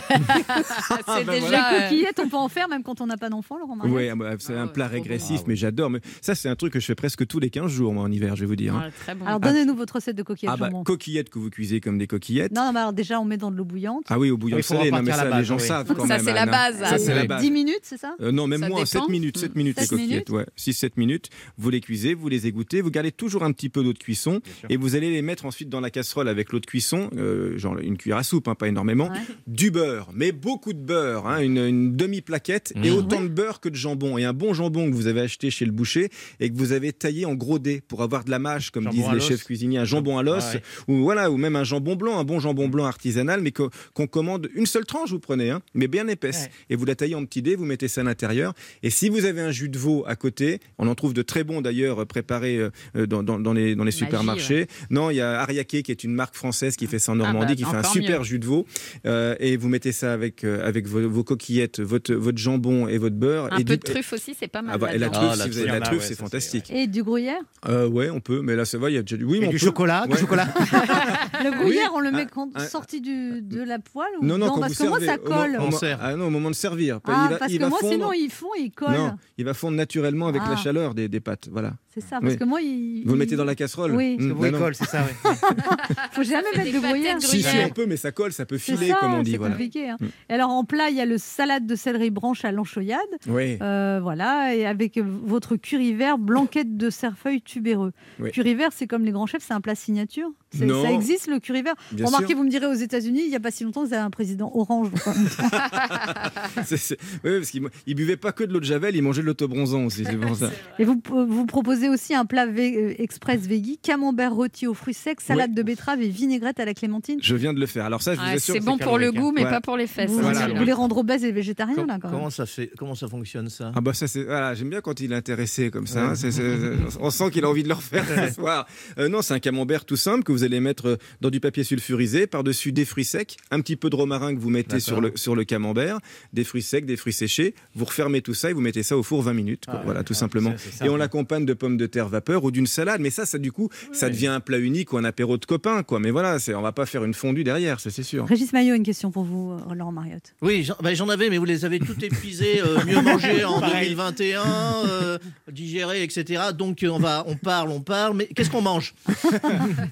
Speaker 11: bah
Speaker 5: C'est déjà.
Speaker 3: les
Speaker 5: euh,
Speaker 3: coquillettes, on peut en faire même quand on n'a pas d'enfant, Laurent Mario.
Speaker 11: Ouais, ah bah, c'est un plat régressif, mais j'adore. Mais ça, c'est un truc que je fais presque tous les 15 jours, moi, en hiver, je vais vous dire. hein.
Speaker 5: ouais, très bon.
Speaker 3: Alors, donnez-nous votre recette de coquillettes,
Speaker 11: Ah bah,
Speaker 3: jambon.
Speaker 11: coquillettes que vous cuisez comme des coquillettes.
Speaker 3: Non, non, mais alors déjà, on met dans de l'eau bouillante.
Speaker 11: Ah oui, au bouillon
Speaker 4: Il faut
Speaker 11: salé, non,
Speaker 4: repartir
Speaker 11: mais
Speaker 4: à la
Speaker 11: ça, les
Speaker 4: base,
Speaker 11: gens
Speaker 4: oui.
Speaker 11: savent
Speaker 5: Donc
Speaker 11: quand
Speaker 5: ça,
Speaker 11: même,
Speaker 5: c'est la
Speaker 11: Anne, hein.
Speaker 5: base.
Speaker 11: Ça, c'est la base.
Speaker 3: 10 minutes, c'est ça Hmm.
Speaker 11: Euh, non, même
Speaker 5: Ça
Speaker 11: moins,
Speaker 5: dépend.
Speaker 11: 7 minutes, 7 minutes les
Speaker 3: Sept minutes
Speaker 11: coquillettes. Ouais. 6-7 minutes, vous les cuisez, vous les égouttez, vous gardez toujours un petit peu d'eau de cuisson
Speaker 4: sûr.
Speaker 11: et vous allez les mettre ensuite dans la casserole avec l'eau de cuisson, euh, genre une cuillère à soupe, hein, pas énormément,
Speaker 3: Ouais.
Speaker 11: du beurre, mais beaucoup de beurre, hein, une, une demi-plaquette
Speaker 4: Mmh.
Speaker 11: et autant de beurre que de jambon. Et un bon jambon que vous avez acheté chez le boucher et que vous avez taillé en gros dés pour avoir de la mâche, comme
Speaker 4: Jambon
Speaker 11: disent
Speaker 4: à
Speaker 11: les
Speaker 4: l'os.
Speaker 11: chefs cuisiniers, un jambon à l'os,
Speaker 4: Ah ouais.
Speaker 11: ou voilà, ou même un jambon blanc, un bon jambon blanc artisanal, mais que- qu'on commande une seule tranche, vous prenez, hein, mais bien épaisse,
Speaker 4: Ouais.
Speaker 11: et vous la taillez en petits dés, vous mettez ça à l'intérieur. Et si vous avez un jus de veau à côté, on en trouve de très bons d'ailleurs préparés euh, dans, dans- dans les, dans les
Speaker 5: Magie,
Speaker 11: supermarchés. Non, il y a Ariaké qui est une marque française qui fait ça en Normandie,
Speaker 5: bah,
Speaker 11: qui fait un
Speaker 5: encore
Speaker 11: super jus de veau, Euh, et vous mettez ça avec euh, avec vos, vos coquillettes, votre votre jambon et votre beurre.
Speaker 5: Un
Speaker 11: et
Speaker 5: peu
Speaker 11: du-
Speaker 5: de truffe aussi, c'est pas mal.
Speaker 11: Ah bah, et la
Speaker 5: là-dedans.
Speaker 11: truffe,
Speaker 4: Ah, la
Speaker 11: si vous avez de
Speaker 4: truffe,
Speaker 11: la
Speaker 4: là,
Speaker 11: truffe,
Speaker 4: ouais,
Speaker 11: c'est
Speaker 4: ça, c'est-
Speaker 11: fantastique.
Speaker 3: Et du gruyère
Speaker 11: Euh, ouais, on peut, mais là ça va, il y a déjà du. Oui, mais
Speaker 4: Et
Speaker 11: on
Speaker 4: du
Speaker 11: peut.
Speaker 4: chocolat,
Speaker 11: Ouais.
Speaker 4: du chocolat.
Speaker 3: Le gruyère, on le
Speaker 11: Ah,
Speaker 3: met quand-
Speaker 11: ah,
Speaker 3: sorti du, de la poêle ou
Speaker 11: Non, non, quand
Speaker 3: parce
Speaker 11: vous
Speaker 3: que moi,
Speaker 11: servez,
Speaker 3: ça
Speaker 11: au moment-
Speaker 3: colle.
Speaker 11: au
Speaker 4: On
Speaker 11: moment-
Speaker 4: sert.
Speaker 11: Ah non, au moment de servir.
Speaker 3: Ah,
Speaker 11: il va,
Speaker 3: parce
Speaker 11: il
Speaker 3: que
Speaker 11: va
Speaker 3: moi,
Speaker 11: fondre.
Speaker 3: sinon, ils font et ils collent.
Speaker 11: Non, il va fondre naturellement avec
Speaker 3: Ah.
Speaker 11: la chaleur des, des pâtes. Voilà.
Speaker 3: C'est ça, parce
Speaker 11: Oui.
Speaker 3: que moi, il.
Speaker 11: Vous le mettez dans la casserole.
Speaker 3: Oui.
Speaker 11: Mm,
Speaker 4: C'est bon,
Speaker 11: non,
Speaker 4: il
Speaker 11: non.
Speaker 4: colle, c'est ça, ouais.
Speaker 3: Faut jamais
Speaker 5: C'est
Speaker 3: mettre
Speaker 5: des
Speaker 3: de
Speaker 5: pâtés de
Speaker 3: gruyère.
Speaker 11: Si, si,
Speaker 5: gruyère.
Speaker 11: on peut, mais ça colle, ça peut
Speaker 3: C'est
Speaker 11: filer,
Speaker 3: ça,
Speaker 11: comme on dit.
Speaker 3: c'est
Speaker 11: Voilà.
Speaker 3: compliqué. hein.
Speaker 11: Mm.
Speaker 3: Et alors en plat, il y a le salade de céleri branche à l'enchoyade,
Speaker 11: Oui.
Speaker 3: euh, voilà, et avec euh, votre curry vert, blanquette de cerfeuil tubéreux.
Speaker 11: Oui.
Speaker 3: Curry vert, c'est comme les grands chefs, c'est un plat signature. C'est-
Speaker 11: Non.
Speaker 3: Ça existe le curry vert.
Speaker 11: Bien
Speaker 3: Remarquez,
Speaker 11: sûr.
Speaker 3: vous me direz aux États-Unis, il n'y a pas si longtemps, vous avez un président orange. donc, euh,
Speaker 11: C'est- c'est- oui, parce qu'il il buvait pas que de l'eau de javel, il mangeait de l'autobronzant aussi. C'est pour ça.
Speaker 3: Et vous, euh, vous proposez aussi un plat vé- euh, express veggie, camembert rôti aux fruits secs, salade de betterave et vinaigrette à la clémentine.
Speaker 11: Je viens de le faire. Alors ça, je vous
Speaker 3: Ah,
Speaker 5: Ouais,
Speaker 11: assure.
Speaker 5: c'est bon
Speaker 4: c'est
Speaker 5: pour le
Speaker 4: calorique,
Speaker 5: goût, mais
Speaker 11: Ouais.
Speaker 5: pas pour les fesses.
Speaker 3: Vous,
Speaker 11: voilà,
Speaker 3: vous
Speaker 11: alors.
Speaker 3: voulez rendre obèses et végétariens
Speaker 6: Com-
Speaker 3: là quand même.
Speaker 6: Comment ça fait Comment ça fonctionne ça
Speaker 11: Ah bah ça c'est voilà, j'aime bien quand il est intéressé comme ça. hein. C'est- c'est- c'est- on sent qu'il a envie de le refaire ce soir. Euh, non, c'est un camembert tout simple que vous allez mettre euh, dans du papier sulfurisé, par-dessus des fruits secs, un petit peu de romarin que vous mettez sur le sur le camembert, des fruits secs, des fruits séchés. Vous refermez tout ça et vous mettez ça au four 20 minutes. quoi.
Speaker 4: Ah,
Speaker 11: voilà, tout
Speaker 4: ah,
Speaker 11: simplement.
Speaker 4: c'est- c'est
Speaker 11: Et
Speaker 4: simple.
Speaker 11: on l'accompagne de pommes de terre vapeur ou d'une salade. Mais ça, ça du coup, ça devient un plat unique ou un apéro de copains, quoi. Mais voilà, c'est on va pas faire une fondue derrière, ça c'est sûr.
Speaker 3: Régis Maillot, une question pour vous, euh, Laurent Mariotte.
Speaker 6: Oui, j'en bah, j'en avais, mais vous les avez tout épuisés, euh, mieux manger en
Speaker 4: Pareil.
Speaker 6: 2021, euh, digérer, etc. Donc euh, on va, on parle, on parle, mais qu'est-ce qu'on mange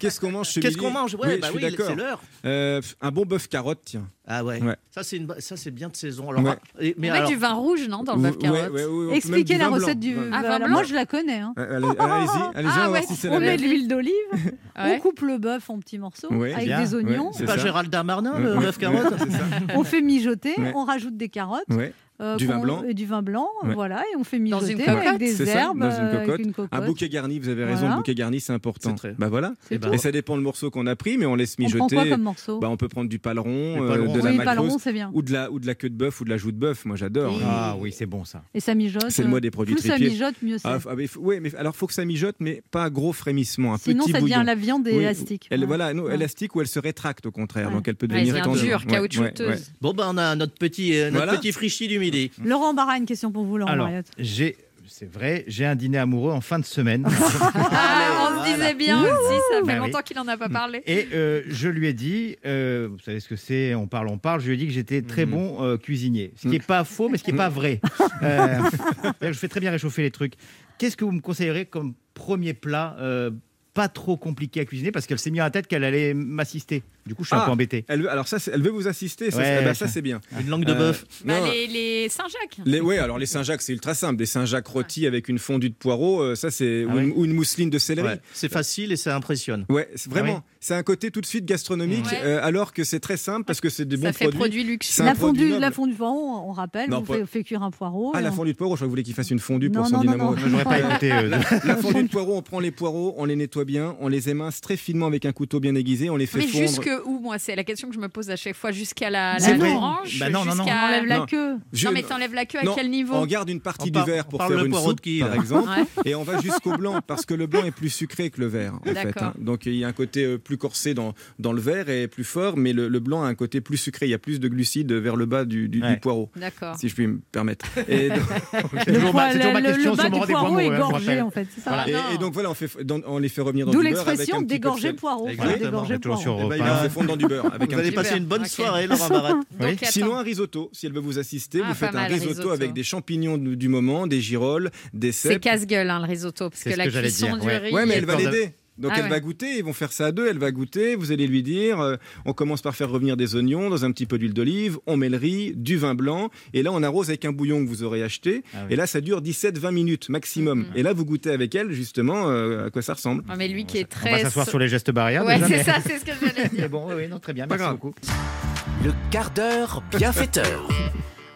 Speaker 11: Qu'est-ce qu'on mange ce
Speaker 6: Qu'est-ce
Speaker 11: midi
Speaker 6: qu'on mange
Speaker 11: Oui,
Speaker 6: Ouais,
Speaker 11: je
Speaker 6: bah
Speaker 11: suis
Speaker 6: oui,
Speaker 11: d'accord.
Speaker 6: c'est l'heure.
Speaker 11: Euh, un bon bœuf carotte, tiens.
Speaker 6: Ah ouais.
Speaker 11: Ouais.
Speaker 6: Ça c'est une, ba- ça c'est bien de saison. Alors,
Speaker 11: Ouais.
Speaker 6: ah, et-
Speaker 5: On
Speaker 6: mais
Speaker 5: met
Speaker 6: alors,
Speaker 5: du vin rouge, non, dans le bœuf
Speaker 11: Ouais,
Speaker 5: carotte
Speaker 11: ouais, ouais, ouais, on peut même
Speaker 3: Expliquez
Speaker 11: du
Speaker 3: la
Speaker 11: vin
Speaker 3: recette
Speaker 11: blanc.
Speaker 3: du.
Speaker 11: Ouais.
Speaker 5: Ah, vin
Speaker 3: voilà,
Speaker 5: blanc.
Speaker 3: moi, je la connais. hein.
Speaker 11: Euh, allez- Allez-y, allez-y,
Speaker 5: Ah
Speaker 11: on va
Speaker 5: ouais,
Speaker 11: voir si c'est
Speaker 3: On
Speaker 11: la
Speaker 3: met
Speaker 11: même.
Speaker 3: de l'huile d'olive, on
Speaker 11: Oh.
Speaker 5: Ouais.
Speaker 3: coupe le bœuf en petits morceaux
Speaker 11: Ouais,
Speaker 3: avec
Speaker 4: bien,
Speaker 3: des oignons,
Speaker 11: ouais,
Speaker 6: c'est
Speaker 11: c'est
Speaker 6: pas
Speaker 11: ça.
Speaker 6: Gérald Darmanin, le
Speaker 11: Ouais,
Speaker 6: bœuf
Speaker 11: ouais,
Speaker 6: carotte.
Speaker 11: c'est ça.
Speaker 3: on fait mijoter,
Speaker 11: Ouais.
Speaker 3: on rajoute des carottes,
Speaker 11: Ouais.
Speaker 3: euh,
Speaker 11: Du vin
Speaker 3: qu'on-
Speaker 11: blanc.
Speaker 3: et du vin blanc,
Speaker 11: Ouais.
Speaker 3: voilà, et on fait
Speaker 5: Dans une
Speaker 3: mijoter
Speaker 5: cocotte.
Speaker 3: avec des
Speaker 11: C'est ça,
Speaker 3: herbes,
Speaker 11: dans une
Speaker 3: euh, avec
Speaker 11: cocotte.
Speaker 3: une cocotte.
Speaker 11: Un bouquet garni, vous avez raison,
Speaker 3: Voilà.
Speaker 11: le bouquet garni, c'est important.
Speaker 6: C'est très-
Speaker 11: Bah voilà.
Speaker 6: Eh
Speaker 3: C'est
Speaker 6: ben,
Speaker 3: tout.
Speaker 11: Et ça dépend le morceau qu'on a pris, mais on laisse
Speaker 3: on prend quoi
Speaker 11: mijoter.
Speaker 3: comme morceau
Speaker 11: Bah, on peut prendre du paleron,
Speaker 4: Du
Speaker 11: euh,
Speaker 4: paleron.
Speaker 11: de la
Speaker 3: Oui,
Speaker 11: macros,
Speaker 3: paleron, c'est bien.
Speaker 11: ou de la ou de la queue de bœuf ou de la joue de bœuf. Moi, j'adore. hein.
Speaker 4: Ah oui, c'est bon ça.
Speaker 3: Et ça mijote.
Speaker 11: C'est le mois
Speaker 3: euh,
Speaker 11: des produits
Speaker 3: Plus ça
Speaker 11: tripiers.
Speaker 3: mijote, mieux c'est.
Speaker 11: Ah, f- ah, mais f- ouais, mais alors faut que ça mijote, mais pas à gros frémissement, un
Speaker 3: Sinon,
Speaker 11: petit
Speaker 3: ça devient
Speaker 11: bouillon.
Speaker 3: la viande et
Speaker 11: Oui,
Speaker 3: élastique.
Speaker 11: Elle,
Speaker 3: Ouais.
Speaker 11: Voilà, non,
Speaker 3: Ouais.
Speaker 11: élastique ou elle se rétracte au contraire,
Speaker 3: Ouais.
Speaker 11: donc elle peut
Speaker 5: Ouais,
Speaker 11: devenir
Speaker 5: elle devient
Speaker 11: tendue.
Speaker 5: dure,
Speaker 11: Ouais, ouais,
Speaker 5: caoutchouteuse.
Speaker 11: ouais.
Speaker 6: Bon ben on a notre petit, euh, notre
Speaker 11: Voilà.
Speaker 6: petit frichi du midi.
Speaker 3: Laurent Barra, une question pour vous, Laurent
Speaker 4: Alors,
Speaker 3: Mariotte.
Speaker 4: j'ai, c'est vrai, j'ai un dîner amoureux en fin de semaine.
Speaker 5: Ah, on se
Speaker 6: Allez,
Speaker 5: disait, c'est bien aussi, ça fait
Speaker 4: Bah oui.
Speaker 5: longtemps qu'il n'en a pas
Speaker 11: Hmm.
Speaker 5: parlé.
Speaker 4: Et euh, je lui ai dit, euh, vous savez ce que c'est, on parle, on parle, je lui ai dit que j'étais très
Speaker 3: Mhm.
Speaker 4: bon euh, cuisinier. Ce qui n'est pas faux, mais ce qui n'est pas vrai. Euh, d'ailleurs, je fais très bien réchauffer les trucs. Qu'est-ce que vous me conseillerez comme premier plat euh, pas trop compliqué à cuisiner parce qu'elle s'est mis à la tête qu'elle allait m'assister. Du coup, je suis un
Speaker 11: Ah,
Speaker 4: peu embêté.
Speaker 11: Elle veut, alors ça, c'est- elle veut vous assister, ça,
Speaker 4: Ouais,
Speaker 11: eh ben,
Speaker 4: ça.
Speaker 11: ça, c'est bien.
Speaker 4: Une langue de bœuf.
Speaker 5: Bah,
Speaker 11: non.
Speaker 5: les les Saint-Jacques.
Speaker 11: Les, ouais, alors les Saint-Jacques, c'est ultra simple. Des Saint-Jacques rôtis avec une fondue de poireaux, euh, ça c'est ou, une- ou une mousseline de céleri.
Speaker 6: Ouais, c'est facile et ça impressionne.
Speaker 11: Ouais, c'est vraiment.
Speaker 6: Ah
Speaker 11: C'est un côté tout de suite gastronomique,
Speaker 3: Ouais.
Speaker 11: euh, alors que c'est très simple parce que c'est des bons
Speaker 5: fait
Speaker 11: produits.
Speaker 5: produit luxueux.
Speaker 11: C'est un
Speaker 3: La
Speaker 11: produit
Speaker 3: fondue,
Speaker 11: noble.
Speaker 3: la fondue de poireau, on rappelle,
Speaker 11: Non,
Speaker 3: on
Speaker 11: pas-
Speaker 3: fait, fait cuire un poireau.
Speaker 11: Ah,
Speaker 3: et
Speaker 11: la
Speaker 3: on-
Speaker 11: fondue de poireau, je crois que vous voulez qu'il fasse une fondue
Speaker 3: Non,
Speaker 11: pour son
Speaker 3: non, non,
Speaker 11: dynamo.
Speaker 3: non. J'aurais pas écouté,
Speaker 4: euh,
Speaker 11: la, la fondue de poireau, on prend les poireaux, on les nettoie bien, on les émince très finement avec un couteau bien aiguisé, on les fait
Speaker 5: Mais
Speaker 11: fondre.
Speaker 5: jusque où, moi C'est la question que je me pose à chaque fois. Jusqu'à la,
Speaker 11: C'est
Speaker 5: la
Speaker 11: vrai.
Speaker 5: branche
Speaker 11: Bah non, non, non.
Speaker 5: jusqu'à-
Speaker 11: On enlève la Non. queue. Je-
Speaker 5: Non, mais t'enlèves la queue à
Speaker 11: Non,
Speaker 5: quel niveau
Speaker 11: On garde une partie
Speaker 6: On par-
Speaker 11: du vert
Speaker 6: on
Speaker 11: pour
Speaker 6: parle
Speaker 11: faire
Speaker 6: le
Speaker 11: une
Speaker 6: poireau de
Speaker 11: soupe,
Speaker 6: qui,
Speaker 11: par
Speaker 6: là
Speaker 11: exemple,
Speaker 5: Ouais.
Speaker 11: et on va jusqu'au blanc parce que le blanc est plus sucré que le vert. En fait,
Speaker 5: D'accord.
Speaker 11: hein. Donc il y a un côté euh, plus corsé dans, dans le vert et plus fort, mais le, le blanc a un côté plus sucré. Il y a plus de glucides vers le bas du, du- du poireau,
Speaker 5: D'accord.
Speaker 11: si je puis me permettre. Et donc-
Speaker 3: Le Toujours ma- poil- toujours ma le- le question bas sur le du rang des poireau poireaux, est hein, je vous gorgé, rappelle. en fait, c'est ça
Speaker 11: Voilà.
Speaker 3: Ah,
Speaker 11: Et, et donc voilà, on, fait, f- dans- on les fait revenir dans
Speaker 3: D'où
Speaker 11: du beurre. avec un
Speaker 3: l'expression
Speaker 11: petit peu de
Speaker 3: dégorger
Speaker 11: sel.
Speaker 3: poireau.
Speaker 11: Exactement.
Speaker 3: Dégorger poireau.
Speaker 4: euh,
Speaker 11: Eh ben, il a fait fondre dans du beurre. Avec
Speaker 6: Vous
Speaker 11: un
Speaker 6: allez
Speaker 11: petit
Speaker 6: passer
Speaker 11: beurre.
Speaker 6: une bonne Ok. soirée, Laura Barrette.
Speaker 11: Oui.
Speaker 6: Donc, attends.
Speaker 11: Sinon, un risotto. Si elle veut vous assister,
Speaker 5: Ah,
Speaker 11: vous
Speaker 5: pas
Speaker 11: faites un
Speaker 5: mal,
Speaker 11: risotto,
Speaker 5: risotto.
Speaker 11: avec des champignons du, du moment, des girolles, des
Speaker 5: C'est
Speaker 11: cèpes.
Speaker 5: casse-gueule, hein, le risotto, parce que la cuisson du riz.
Speaker 11: Ouais, mais elle va l'aider. Donc
Speaker 5: Ah
Speaker 11: elle
Speaker 5: ouais.
Speaker 11: va goûter, ils vont faire ça à deux, elle va goûter, vous allez lui dire, euh, on commence par faire revenir des oignons dans un petit peu d'huile d'olive, on met le riz, du vin blanc, et là on arrose avec un bouillon que vous aurez acheté, et là ça dure 17-20 minutes maximum.
Speaker 3: Mm-hmm.
Speaker 11: Et là vous goûtez avec elle justement euh, à quoi ça ressemble.
Speaker 5: Ouais, mais lui qui est
Speaker 4: On
Speaker 5: très.
Speaker 4: va s'asseoir sur les gestes barrières.
Speaker 5: Ouais,
Speaker 4: déjà,
Speaker 5: c'est
Speaker 4: mais-
Speaker 5: ça, c'est ce que j'allais dire.
Speaker 4: Mais bon, oui, oui, non, très bien,
Speaker 2: Pas
Speaker 4: merci
Speaker 2: grave.
Speaker 4: beaucoup.
Speaker 2: Le quart d'heure bienfaiteur.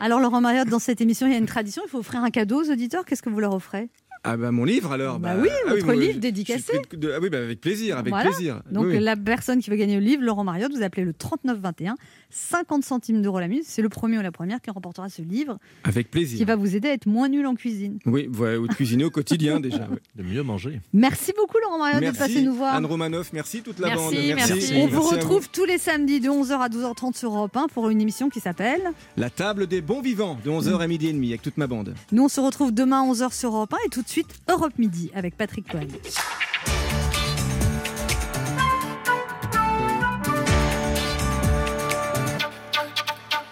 Speaker 3: Alors, Laurent Mariotte, dans cette émission, il y a une tradition il faut offrir un cadeau aux auditeurs. Qu'est-ce que vous leur offrez
Speaker 11: Ah bah mon livre alors
Speaker 3: Bah oui,
Speaker 11: ah
Speaker 3: votre
Speaker 11: moi,
Speaker 3: livre
Speaker 11: je- je
Speaker 3: dédicacé.
Speaker 11: suis pris de- de- ah oui, bah, avec plaisir, avec
Speaker 3: Voilà.
Speaker 11: plaisir.
Speaker 3: Donc,
Speaker 11: Oui, oui.
Speaker 3: la personne qui veut gagner le livre, Laurent Mariotte, vous appelez le 3921, 50 centimes d'euros la minute. C'est le premier ou la première qui remportera ce livre
Speaker 11: Avec plaisir.
Speaker 3: qui va vous aider à être moins nul en cuisine.
Speaker 11: Oui, ouais, ou de cuisiner au quotidien déjà. De mieux manger.
Speaker 3: Merci beaucoup, Laurent Mariotte,
Speaker 11: Merci
Speaker 3: Ah, de passer nous voir.
Speaker 11: Anne Romanoff, merci toute la
Speaker 5: Merci,
Speaker 11: bande.
Speaker 5: merci.
Speaker 3: On vous
Speaker 11: Merci à
Speaker 3: retrouve tous les samedis de 11h à 12h30 sur Europe 1 pour une émission qui s'appelle.
Speaker 11: La table des bons vivants de 11h à midi et demi avec toute ma bande.
Speaker 3: Nous, on se retrouve demain à 11h sur Europe 1 et tout de suite Europe Midi avec Patrick Cohen.